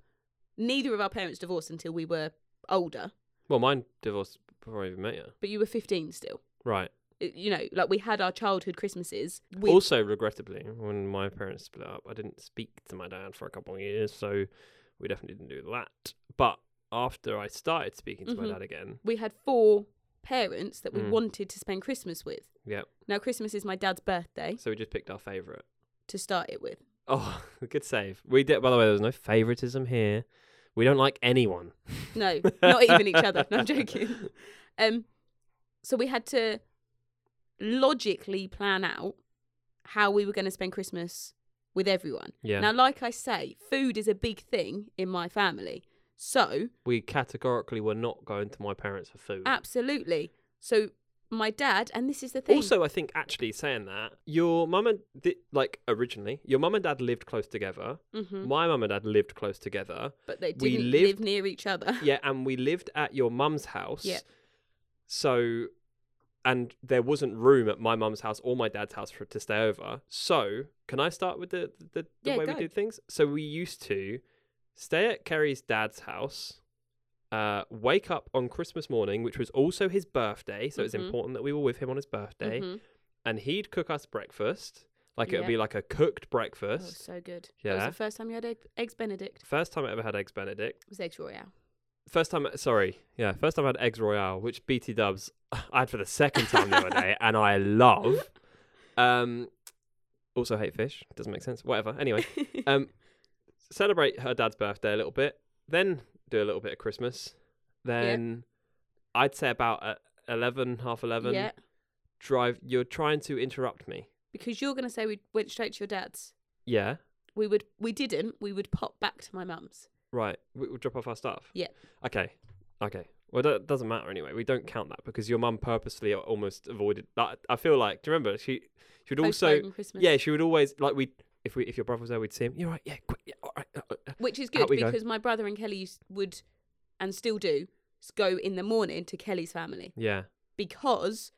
neither of our parents divorced until we were older,
Well, mine divorced before I even met you.
but you were fifteen still.
Right.
It- You know, like we had our childhood Christmases with
Also, regrettably, when my parents split up, I didn't speak to my dad for a couple of years, so we definitely didn't do that. But after I started speaking to my
Mhm.
dad again,
we had four parents that we
Mm.
wanted to spend Christmas with.
yeah,
Now Christmas is my dad's birthday
so we just picked our favorite. *laughs*
to start it with.
Oh, good save. We did. By the way, there was no favoritism here. We don't like anyone. *laughs*
No, not even each other. No, I'm joking. Um, so we had to logically plan out how we were going to spend Christmas with everyone.
Yeah.
Now, like I say, food is a big thing in my family. So,
we categorically were not going to my parents for food.
absolutely. So, my dad, and this is the thing.
Also, I think actually saying that your mum and di- like originally your mum and dad lived close together.
Mhm.
My mum and dad lived close
*laughs*
together.
but they
we
didn't
lived-
live near each other.
*laughs* Yeah, and we lived at your mum's house.
Yeah.
So, and there wasn't room at my mum's house or my dad's house for to stay over. So, can I start with the the, the
Yeah,
way
go.
we did things? So we used to stay at Kerry's dad's house. Uh, wake up on Christmas morning, which was also his birthday, so it's
Mhm. Mm-hmm.
important that we were with him on his birthday
Mhm.
and he'd cook us breakfast. Like it
Yeah.
would be like a cooked
Oh,
breakfast.
so good. That was
Yeah.
the first time you had egg, eggs Benedict.
First time I ever had eggs Benedict.
It was eggs royale.
First time, sorry, yeah, first time I had eggs Royale, which BT Dubs *laughs* I had for the second time the other day, and I love. Um, also hate fish. Doesn't make sense. Whatever.
*laughs*
Anyway, um, celebrate her dad's birthday a little bit, then do a little bit of Christmas, then I'd say about uh, eleven, half eleven.
yeah,
Drive. You're trying to interrupt me.
because you're going to say we went straight to your dad's.
Yeah.
We would. We didn't. We would pop back to my mum's.
Right. We, we'll drop off our stuff.
Yeah.
Okay. Okay. Well, that doesn't matter anyway. We don't count that because your mum purposely al- almost avoided that. I feel like, do you remember? She she would also,
Postpone Christmas.
yeah, she would always like we if we if your brother was there, we'd see him. You're right. Yeah. Quick. Yeah. All right. uh, uh, uh."
which is
Out
good
we go.
because my brother and Kelly used, would, and still do, s- go in the morning to Kelly's family
Yeah.
because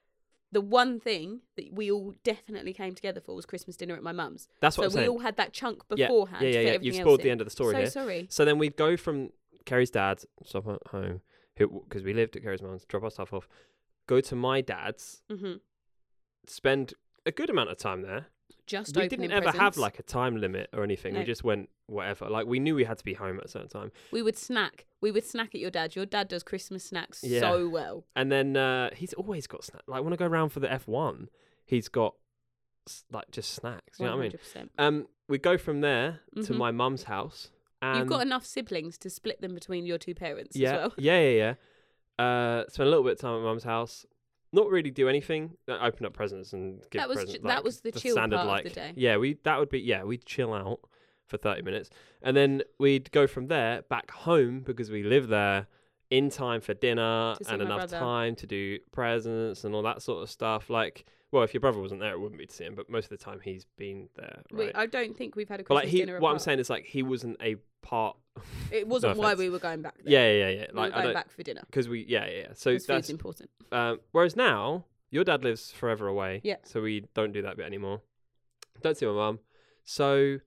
the one thing that we all definitely came together for was Christmas dinner at my mum's.
That's
So
what I'm
we
saying.
all had that chunk
yeah.
beforehand.
Yeah. Yeah.
fit
yeah.
everything
You've
else
spoiled
in.
the end of the story
so
here.
sorry.
So then we'd go from Kerry's dad, stop at home, because we lived at Kerry's mum's, drop our stuff off, go to my dad's,
hmm
spend a good amount of time there.
Just
we
opening
didn't ever have
presents.
like a time limit or anything.
No.
We just went whatever. Like we knew we had to be home at a certain time.
We would snack. We would snack at your dad's. Your dad does Christmas snacks
Yeah.
so well.
And then uh, he's always got snacks. Like when I go round for the F1, he's got s- like just snacks. You know what I mean?
100%.
Um, we go from there to
Mhm.
my mum's house. And
You've got enough siblings to split them between your two parents
yeah,
as well.
yeah, yeah, yeah. Uh, spend a little bit of time at mum's house. Not really do anything. uh, Open up presents and give
That was
presents.
ju- that
like,
was the chill
standard,
part of
like,
the day.
Yeah, we that would be yeah we'd chill out for thirty minutes and then we'd go from there back home because we live there in time for dinner
To see
and
my
enough
brother.
time to do presents and all that sort of stuff. Like, well, if your brother wasn't there, it wouldn't be to see him, but most of the time he's been there,
We-
right?
I don't think we've had a
but
Christmas
like he,
dinner.
what
apart.
I'm saying is like he wasn't a part.
it wasn't why
offense.
we were going back. There.
Yeah, yeah, yeah. yeah.
we were
Like I
going
don't
back for dinner.
because we yeah yeah. yeah. So
Because
that's
food's important.
um, whereas now, your dad lives forever away.
Yeah.
So we don't do that bit anymore. Don't see my mum. So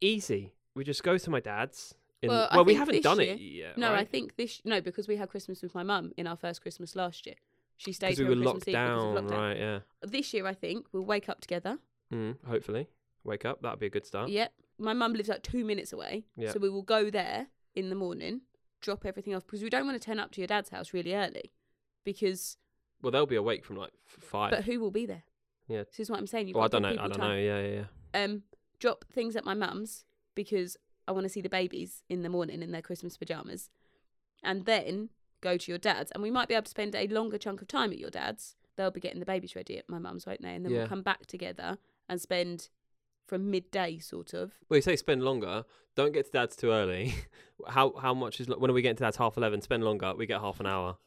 easy. We just go to my dad's. In,
Well,
well,
I
we
think
haven't
this
done
year-
it yet.
No, I
right?
think this. No, because we had Christmas with my mum in our first Christmas last year. She stayed
because
here
we were
on Christmas
locked
Eve
down,
because of lockdown.
right? Yeah.
This year, I think we'll wake up together.
Mm, hopefully, wake up. That'd be a good start.
Yep. My mum lives like two minutes away,
Uh-huh. Yeah.
so we will go there in the morning, drop everything off because we don't want to turn up to your dad's house really early, because
Well, they'll be awake from like f- five.
but who will be there?
Yeah.
This is what I'm saying. You've
well, I don't
got to
know.
give
I
people
don't
time.
know. Yeah, yeah, yeah.
um, drop things at my mum's because I want to see the babies in the morning in their Christmas pajamas, and then go to your dad's. And we might be able to spend a longer chunk of time at your dad's. They'll be getting the babies ready at my mum's, won't they? And then
Yeah.
we'll come back together and spend from midday, sort of.
Well, you say spend longer. Don't get to dad's too early. *laughs* how how much is lo- when are we getting to dad's half eleven? Spend longer. We get half an hour.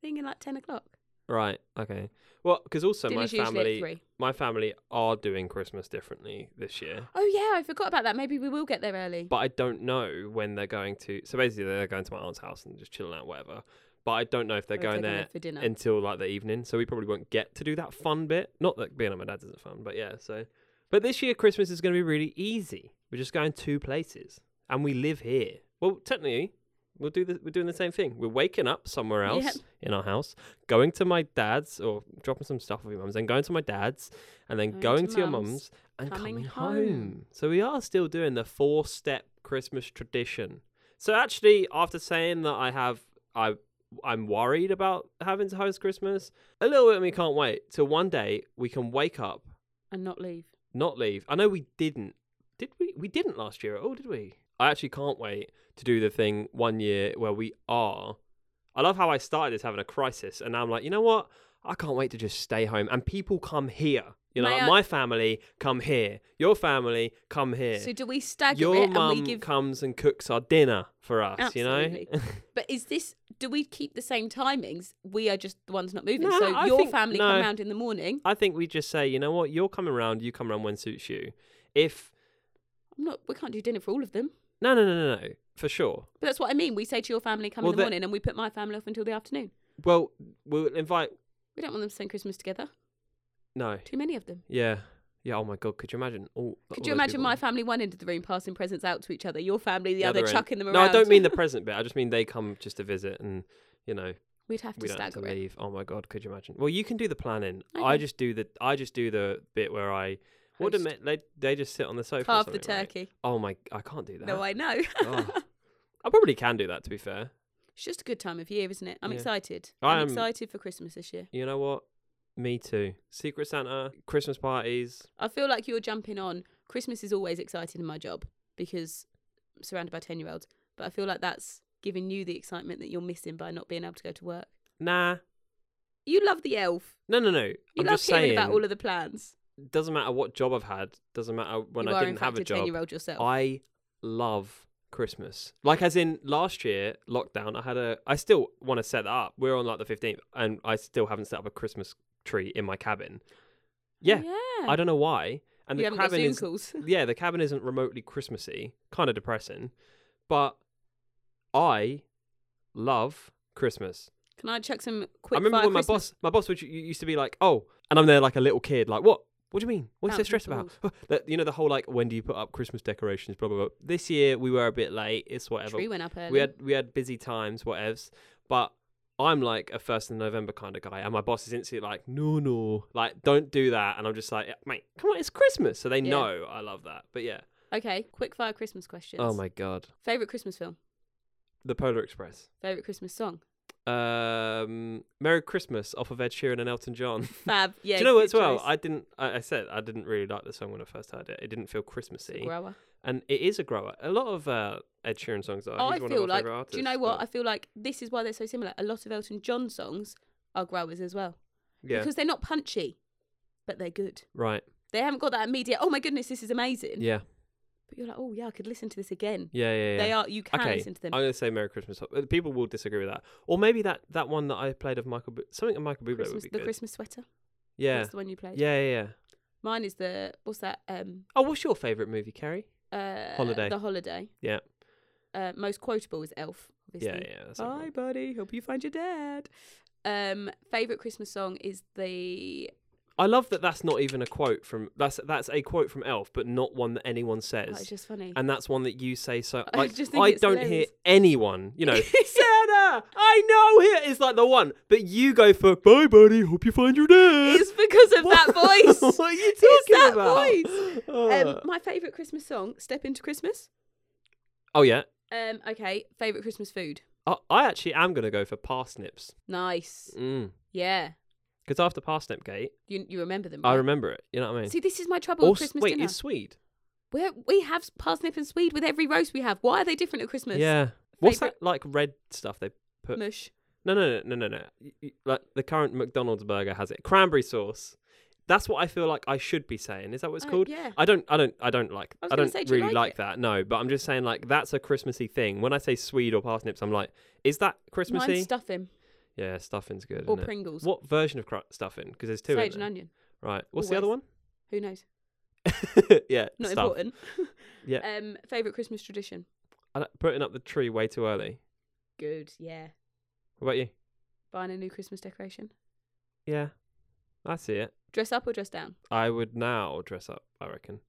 Thinking like ten o'clock.
Right. Okay. Well, because also
Dinner's
my
usually at
family.
three.
my family are doing Christmas differently this year,
Oh yeah, I forgot about that. Maybe we will get there early.
but I don't know when they're going to. So basically, they're going to my aunt's house and just chilling out, whatever. But I don't know if they're
Or if
going there
for dinner.
until like the evening, so we probably won't get to do that fun bit. Not that being on my dad's isn't fun, but yeah. So, but this year Christmas is going to be really easy. We're just going two places, and we live here. Well, technically, we'll do the, we're doing the same thing. We're waking up somewhere
Yep.
else in our house, going to my dad's or dropping some stuff off your mum's, then going to my dad's, and then
Going
going,
to
to, your
mum's,
mum's and
coming
coming,
home.
home. So we are still doing the four-step Christmas tradition. So actually, after saying that I have I I'm worried about having to host Christmas. A little bit of me can't wait till one day we can wake up,
and not leave.
not leave. I know we didn't. Did we? We didn't last year at all, did we? I actually can't wait to do the thing one year where we are. I love how I started as having a crisis, and now I'm like, you know what? I can't wait to just stay home. And people come here. You know,
May
like
I-
my family come here. Your family come here.
So do we stagger
Your
it and we
mum
give?
comes and cooks our dinner for us. You know.
Absolutely. But is this? Do we keep the same timings? We are just the ones not moving.
No,
so
I
your
think-
family
no.
come round in the morning.
*laughs* I think we just say, you know what, you're coming round, you come round when suits you. If
I'm not. We can't do dinner for all of them.
no, no, no, no, no, for sure.
But that's what I mean. We say to your family, come
Well,
in the
the-
morning, and we put my family off until the afternoon.
Well, we'll invite.
We don't want them to spend Christmas together.
No,
Too many of them.
yeah, yeah. Oh my god, could you imagine? All,
Could
all
you
those
imagine
people?
my family one end of the room passing presents out to each other, your family the,
The
other,
other end.
chucking them around?
No, I don't mean
*laughs*
the present bit. I just mean they come just to visit, and you know
We'd have to
we don't have to
stagger it.
leave. Oh my god, could you imagine? Well, you can do the planning. I
Okay.
just do the. I just do the bit where I What do
host.
men, they they just sit on the sofa? or
Carve the
something, right?
turkey.
Oh my, I can't do that.
No, I know.
*laughs* Oh. I probably can do that. To be fair,
*laughs* It's just a good time of year, isn't it? I'm
Yeah.
excited.
I
I'm
am-
excited for Christmas this year.
you know what? Me too. Secret Santa, Christmas parties.
I feel like you're jumping on. Christmas is always exciting in my job because I'm surrounded by 10 year olds. But I feel like that's giving you the excitement that you're missing by not being able to go to work.
Nah,
You love the elf.
no, no, no.
You
I'm
love
just
hearing
saying.
about all of the plans.
doesn't matter what job I've had. Doesn't matter when
you
I
are,
didn't
in
have
fact,
a job.
10 year old yourself.
I love Christmas. Like as in last year lockdown, I had a. I still want to set that up. We're on like the fifteenth, and I still haven't set up a Christmas tree in my cabin. Yeah, I don't know why. And
Oh, you
the
haven't got
cabin
Zoom
is
calls.
yeah, the cabin isn't remotely Christmassy. Kind of depressing, but I love Christmas.
Can I chuck some quick
I remember
fire
when my
Christmas-
boss, my boss would u- used to be like, "Oh," and I'm there like a little kid, like, "What? What do you mean? What are you so stressed
Bouncing
about?" *laughs* That- you know the whole like, "When do you put up Christmas decorations?" Blah blah blah. This year we were a bit late. It's whatever.
Tree went up early.
We had we had busy times, whatevs. But I'm like a first of November kind of guy, and my boss is instantly like, "No, no, like don't do that." And I'm just like, "Mate, come on, it's Christmas," so they
Yeah.
know I love that. But yeah.
Okay, quick fire Christmas questions.
Oh my god,
Favorite Christmas film.
the Polar Express.
Favorite Christmas song.
Um, Merry Christmas off of Ed Sheeran and Elton John. *laughs*
Fab. Yeah.
Do you know what
good
as well?
choice.
I didn't. I, I said I didn't really like the song when I first heard it. It didn't feel
It's a
Christmassy,
grower.
and it is a grower. A lot of uh, Ed Sheeran songs are.
Oh,
He's
I
one
feel
of my
like.
favorite artists.
do you know what?
but-
I feel like this is why they're so similar. A lot of Elton John songs are growers as well
yeah.
because they're not punchy, but they're good.
Right.
They haven't got that immediate. Oh my goodness, this is amazing.
Yeah.
But you're like, oh yeah, I could listen to this again.
Yeah. Yeah. yeah.
They are. You can
okay.
listen to them.
I'm gonna say Merry Christmas. Uh, People will disagree with that, or maybe that that one that I played of Michael, Bu- something of Michael Bublé would
Christmas,
be
the
good.
Christmas sweater.
yeah.
That's the one you played.
yeah. Yeah. Yeah.
Mine is the what's that? Um,
Oh, what's your favorite movie, Kerry?
uh,
Holiday.
The holiday.
Yeah.
Uh, most quotable is Elf. Obviously.
Yeah. Yeah. That's a good
Bye,
one.
buddy. Hope you find your dad. Um, favorite Christmas song is the
I love that. That's not even a quote from. That's that's a quote from Elf, but not one that anyone
Oh,
says.
it's just funny.
and that's one that you say so.
I
Like, I,
just think it's
don't hear
hilarious.
anyone, you know.
*laughs*
*laughs* Santa, I know here is like the one, but you go for bye, buddy. Hope you find your dad.
it's because
*laughs*
of that voice.
what are you talking
It's that
about?
voice.
*laughs*
Um,
Oh.
my favorite Christmas song, Step Into Christmas.
oh yeah,
Um, okay, favorite Christmas food.
I, I actually am gonna go for parsnips.
Nice.
Because
Yeah,
after parsnip gate,
you you remember them?
I
right?
remember it. You know what I mean?
See, this is my trouble
Or
with
s-
Christmas
wait,
dinner.
it's Swede.
We're, we have parsnip and swede with every roast we have. Why are they different at Christmas?
Yeah. What's
Favourite-
that like red stuff they? put-
Mush.
No, no, no, no, no, no. Y- y- Like the current McDonald's burger has it. Cranberry sauce. That's what I feel like I should be saying. Is that what it's
Oh,
called?
Yeah.
I don't, I don't, I don't like.
I was
I,
gonna
don't
say, do you
really
like
like,
it?
that. No, but I'm just saying like that's a Christmassy thing. When I say Swede or parsnips, I'm like, is that Christmassy?
Mine stuffing
yeah, stuffing's good.
or
isn't it?
Pringles.
What version of cr- stuffing? Because there's two.
Sage
in
and
there.
onion.
Right. What's the other one?
Who knows?
*laughs* yeah.
Not
stuff.
important. *laughs*
Yeah.
Um, favorite Christmas tradition.
I don't- putting up the tree way too early.
Good. Yeah.
What about you?
Buying a new Christmas decoration.
Yeah. I see it.
Dress up or dress down.
I would now dress up. I reckon.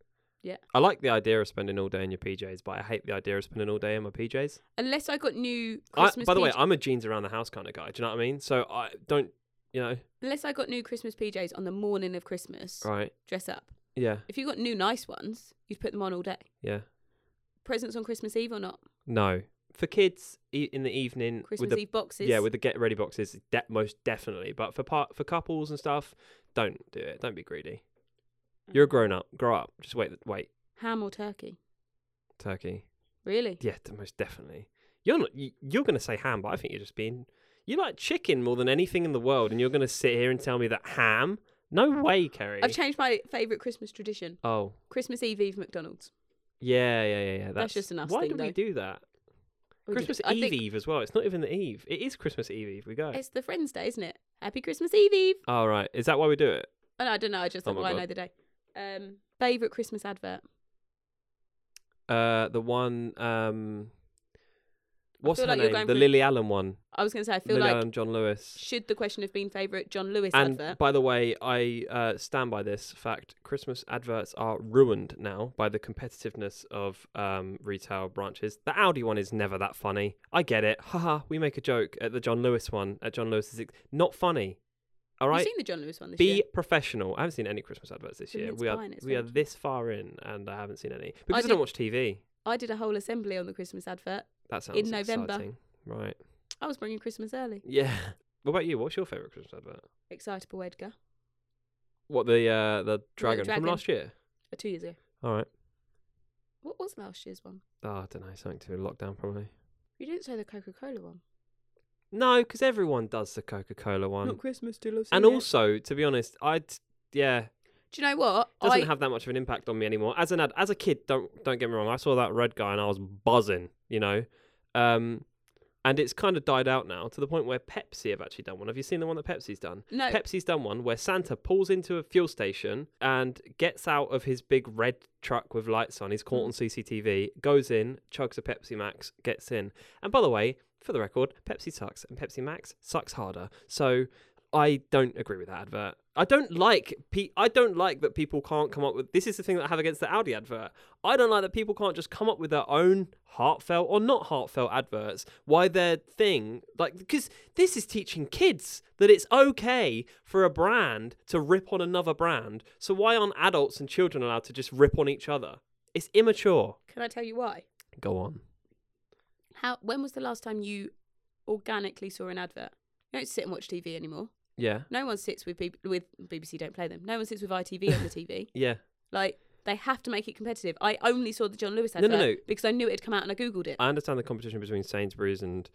Yeah.
I like the idea of spending all day in your PJs, but I hate the idea of spending all day in my PJs.
Unless I got new
I,
Christmas.
by the way,
PJ
I'm a jeans around the house kind of guy. Do you know what I mean? So I don't, you know,
unless I got new Christmas PJs on the morning of Christmas.
right?
Dress up.
Yeah,
If you got new nice ones, you'd put them on all day.
yeah.
Presents on Christmas Eve or not?
No, for kids e- in the evening
Christmas
with the
Eve boxes.
yeah with the get ready boxes, de- most definitely. But for part for couples and stuff, don't do it. Don't be greedy. You're a
Mm.
grown up. Grow up. Just wait. Wait.
ham or turkey.
Turkey.
Really?
Yeah, d- most definitely. You're not. You, you're going to say ham, but I think you're just being. You like chicken more than anything in the world, and you're going to sit here and tell me that ham? No way, Kerry.
I've changed my favourite Christmas tradition.
oh.
Christmas Eve Eve McDonald's.
Yeah, yeah, yeah, yeah. That's,
just an us
Why
thing,
do we
though.
do that?
We did it.
Christmas
I
Eve
think
Eve as well. It's not even the Eve. It is Christmas Eve Eve. We go.
It's the Friends Day, isn't it? Happy Christmas Eve Eve.
All right. Is that why we do it?
Oh, no, I don't know. I just
Oh my
thought why I
God.
know the day. Um, favorite Christmas advert.
Uh, the one. Um, what's
feel
her
like you're
name?
going
The
for-
Lily Allen one.
I was going to say I feel
Lily
like
Allen, John Lewis.
should the question have been favorite John Lewis
And
advert?
by the way, I uh, stand by this fact. Christmas adverts are ruined now by the competitiveness of um, retail branches. The Audi one is never that funny. I get it. Haha, we make a joke at the John Lewis one. At John Lewis's, ex- not funny. All
You've
right.
seen the John Lewis one this
Be
year.
professional. I haven't seen any Christmas adverts this
The
year.
mince
We are
pie and it's
we are
fine.
this far in, and I haven't seen any because I,
did-
don't watch TV.
I did a whole assembly on the Christmas advert.
That sounds
in November.
exciting. right?
I was bringing Christmas early.
Yeah. *laughs* What about you? What's your favorite Christmas advert?
Excitable Edgar.
What the uh, the dragon,
dragon.
from last year?
Uh, two years ago.
All right.
What was last year's one?
Oh, I don't know. Something to do with lockdown, probably.
You didn't say the Coca Cola one.
No, because everyone does the Coca Cola one.
Christmas till I've
and
seen it.
also, to be honest, I'd yeah,
Do you know what?
doesn't
I,
have that much of an impact on me anymore. As an ad, as a kid, don't don't get me wrong, I saw that red guy and I was buzzing, you know. Um, and it's kind of died out now to the point where Pepsi have actually done one. Have you seen the one that Pepsi's done?
no,
Pepsi's done one where Santa pulls into a fuel station and gets out of his big red truck with lights on. He's caught on CCTV, goes in, chugs a Pepsi Max, gets in. And by the way, for the record, Pepsi sucks and Pepsi Max sucks harder. So I don't agree with that advert. I don't like pe- I don't like that people can't come up with this is the thing that I have against the Audi advert. I don't like that people can't just come up with their own heartfelt or not heartfelt adverts. Why their thing like because this is teaching kids that it's okay for a brand to rip on another brand. So why aren't adults and children allowed to just rip on each other? It's immature.
can I tell you why?
Go on.
How? When was the last time you organically saw an advert? You don't sit and watch TV anymore.
Yeah.
No one sits with B- with BBC. Don't play them. No one sits with ITV on the TV.
*laughs* Yeah.
Like they have to make it competitive. I only saw the John Lewis
No, no,
advert
no.
because I knew it had come out and I googled it.
I understand the competition between Sainsbury's and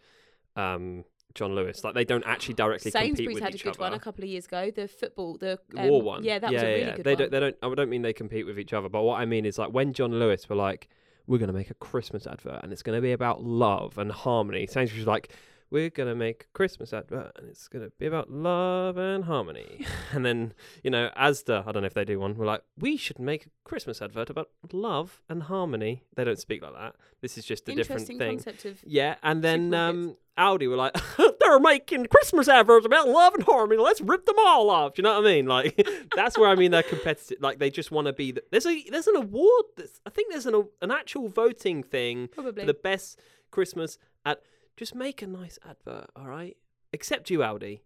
um, John Lewis. Like they don't actually directly compete
Sainsbury's
with
had a
each
good
other.
one a couple of years ago. The football, the
The
um,
war one.
Yeah, that was a really good
they
one.
Don't, they don't. I don't mean they compete with each other, but what I mean is like when John Lewis were like, "We're going to make a Christmas advert, and it's going to be about love and harmony." Sainsbury's was like, "We're going to make a Christmas advert, and it's going to be about love and
*laughs*
harmony." and then you know, Asda, I don't know if they do one. We're like, "We should make a Christmas advert about love and harmony." They don't speak like that. This is just a different
Interesting
thing.
concept of
Yeah, and then
Supermarkets.
um, Audi were like, *laughs* they're making Christmas adverts about love and harmony. Let's rip them all off. Do you know what I mean? Like *laughs* that's where I mean they're competitive. Like they just want to be. The, there's a there's an award. That's, I think there's an a- an actual voting thing
probably.
for the best Christmas at. Just make a nice advert, all right? Except you, Audi.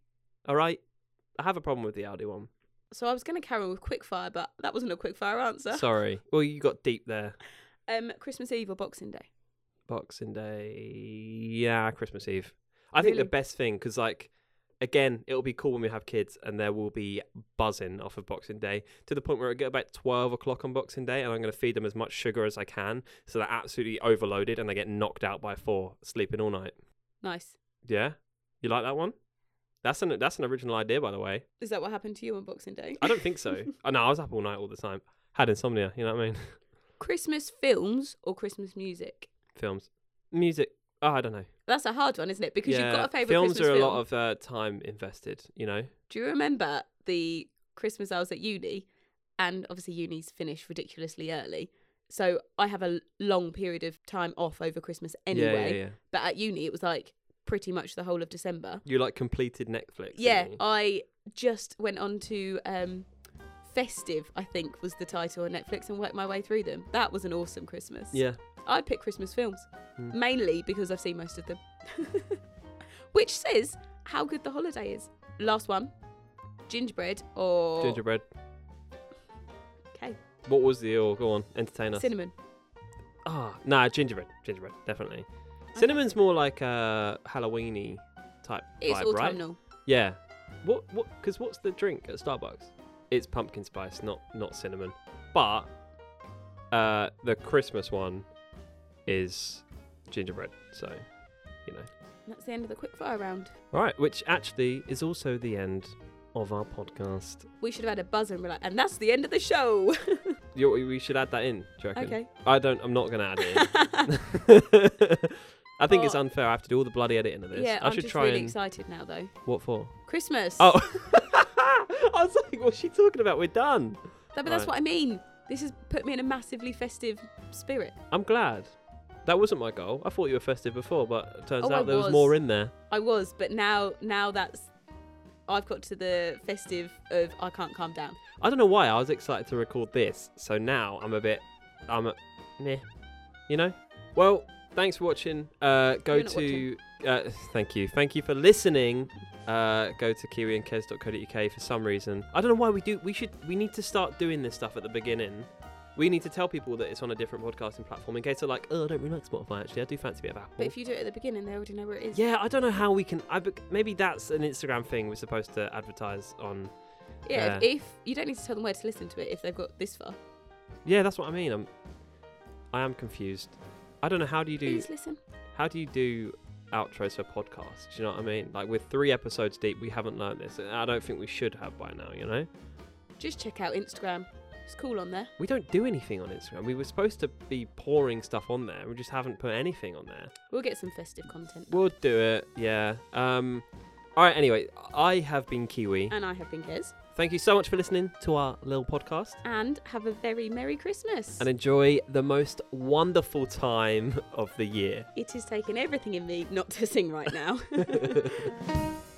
All right. I have a problem with the Audi one.
So I was going to carry on with quickfire, but that wasn't a quickfire answer.
Sorry. Well, you got deep there.
Um, Christmas Eve or Boxing Day?
Boxing Day, yeah, Christmas Eve. I think
Really?
the best thing because, like, again, it'll be cool when we have kids, and there will be buzzing off of Boxing Day to the point where it get about twelve o'clock on Boxing Day, and I'm going to feed them as much sugar as I can, so they're absolutely overloaded and they get knocked out by four, sleeping all night.
Nice.
Yeah, you like that one? That's an that's an original idea, by the way.
Is that what happened to you on Boxing Day?
I don't think
*laughs*
so. oh, no, I was up all night all the time. Had insomnia. You know what I mean? *laughs*
Christmas films or Christmas music?
Films, music. Oh, I don't know.
That's a hard one, isn't it? Because you've got a favourite
films
Christmas
are a
film.
lot of uh, time invested. You know.
Do you remember the Christmas I was at uni? And obviously, uni's finish ridiculously early. So I have a l- long period of time off over Christmas anyway.
Yeah, yeah, yeah.
But at uni, it was like pretty much the whole of December.
You like completed Netflix.
Yeah, oh,
didn't you?
I just went on to um, Festive, I think was the title on Netflix, and worked my way through them. That was an awesome Christmas.
Yeah.
I'd pick Christmas films,
Mm.
mainly because I've seen most of them. *laughs* Which says how good the holiday is. Last one gingerbread or
Gingerbread.
Okay.
What was the or go on, entertain us.
cinnamon.
Ah, nah, gingerbread. Gingerbread, definitely. Cinnamons more like a Halloweeny type
It's
vibe, right?
autumnal.
Yeah. What what cuz what's the drink at Starbucks? It's pumpkin spice, not not cinnamon. But uh the Christmas one is gingerbread. So, you know.
That's the end of the quickfire round.
All right, which actually is also the end of our podcast.
We should have had a buzzer and be like, and that's the end of the show. *laughs*
You, we should add that in, do you reckon?
okay.
I don't. I'm not going to add
*laughs*
it. in. *laughs* I think it's
Oh.
unfair. I have to do all the bloody editing of this.
Yeah,
I
am
should
just
try
really
and
excited now though.
what for?
Christmas.
Oh, *laughs* I was like, what's she talking about? We're done.
No, but that's
Right.
what I mean. This has put me in a massively festive spirit.
I'm glad. That wasn't my goal. I thought you were festive before, but it turns
Oh, I
out there was.
was.
more in there.
I was, but now now that's I've got to the festive of I can't calm down.
I don't know why. I was excited to record this, so now I'm a bit. I'm a meh. You know. Well, thanks for watching. Uh, go
You're not
to. Uh, thank you. Thank you for listening. uh, go to kiwiandkez.co.uk for some reason. I don't know why we do. We should. We need to start doing this stuff at the beginning. We need to tell people that it's on a different podcasting platform in case they're like, oh, I don't really like Spotify. Actually, I do fancy a bit of Apple.
But if you do it at the beginning, they already know where it is.
yeah, I don't know how we can. I bec- maybe that's an Instagram thing we're supposed to advertise on.
Yeah,
Yeah.
If, if you don't need to tell them where to listen to it if they've got this far.
Yeah, that's what I mean. I'm. I am confused. I don't know how do you do
Please listen.
how do you do outros for podcasts? Do you know what I mean? Like we're three episodes deep, we haven't learned this, and I don't think we should have by now. You know,
Just check out Instagram. It's cool on there.
we don't do anything on Instagram. We were supposed to be pouring stuff on there, we just haven't put anything on there.
We'll get some festive content.
We'll do it, yeah. Um, all right. Anyway, I have been Kiwi.
And I have been Kez.
Thank you so much for listening to our little podcast,
And have a very Merry Christmas.
and enjoy the most wonderful time *laughs* of the year. *laughs*
*laughs* it is taking everything in me not to sing right now.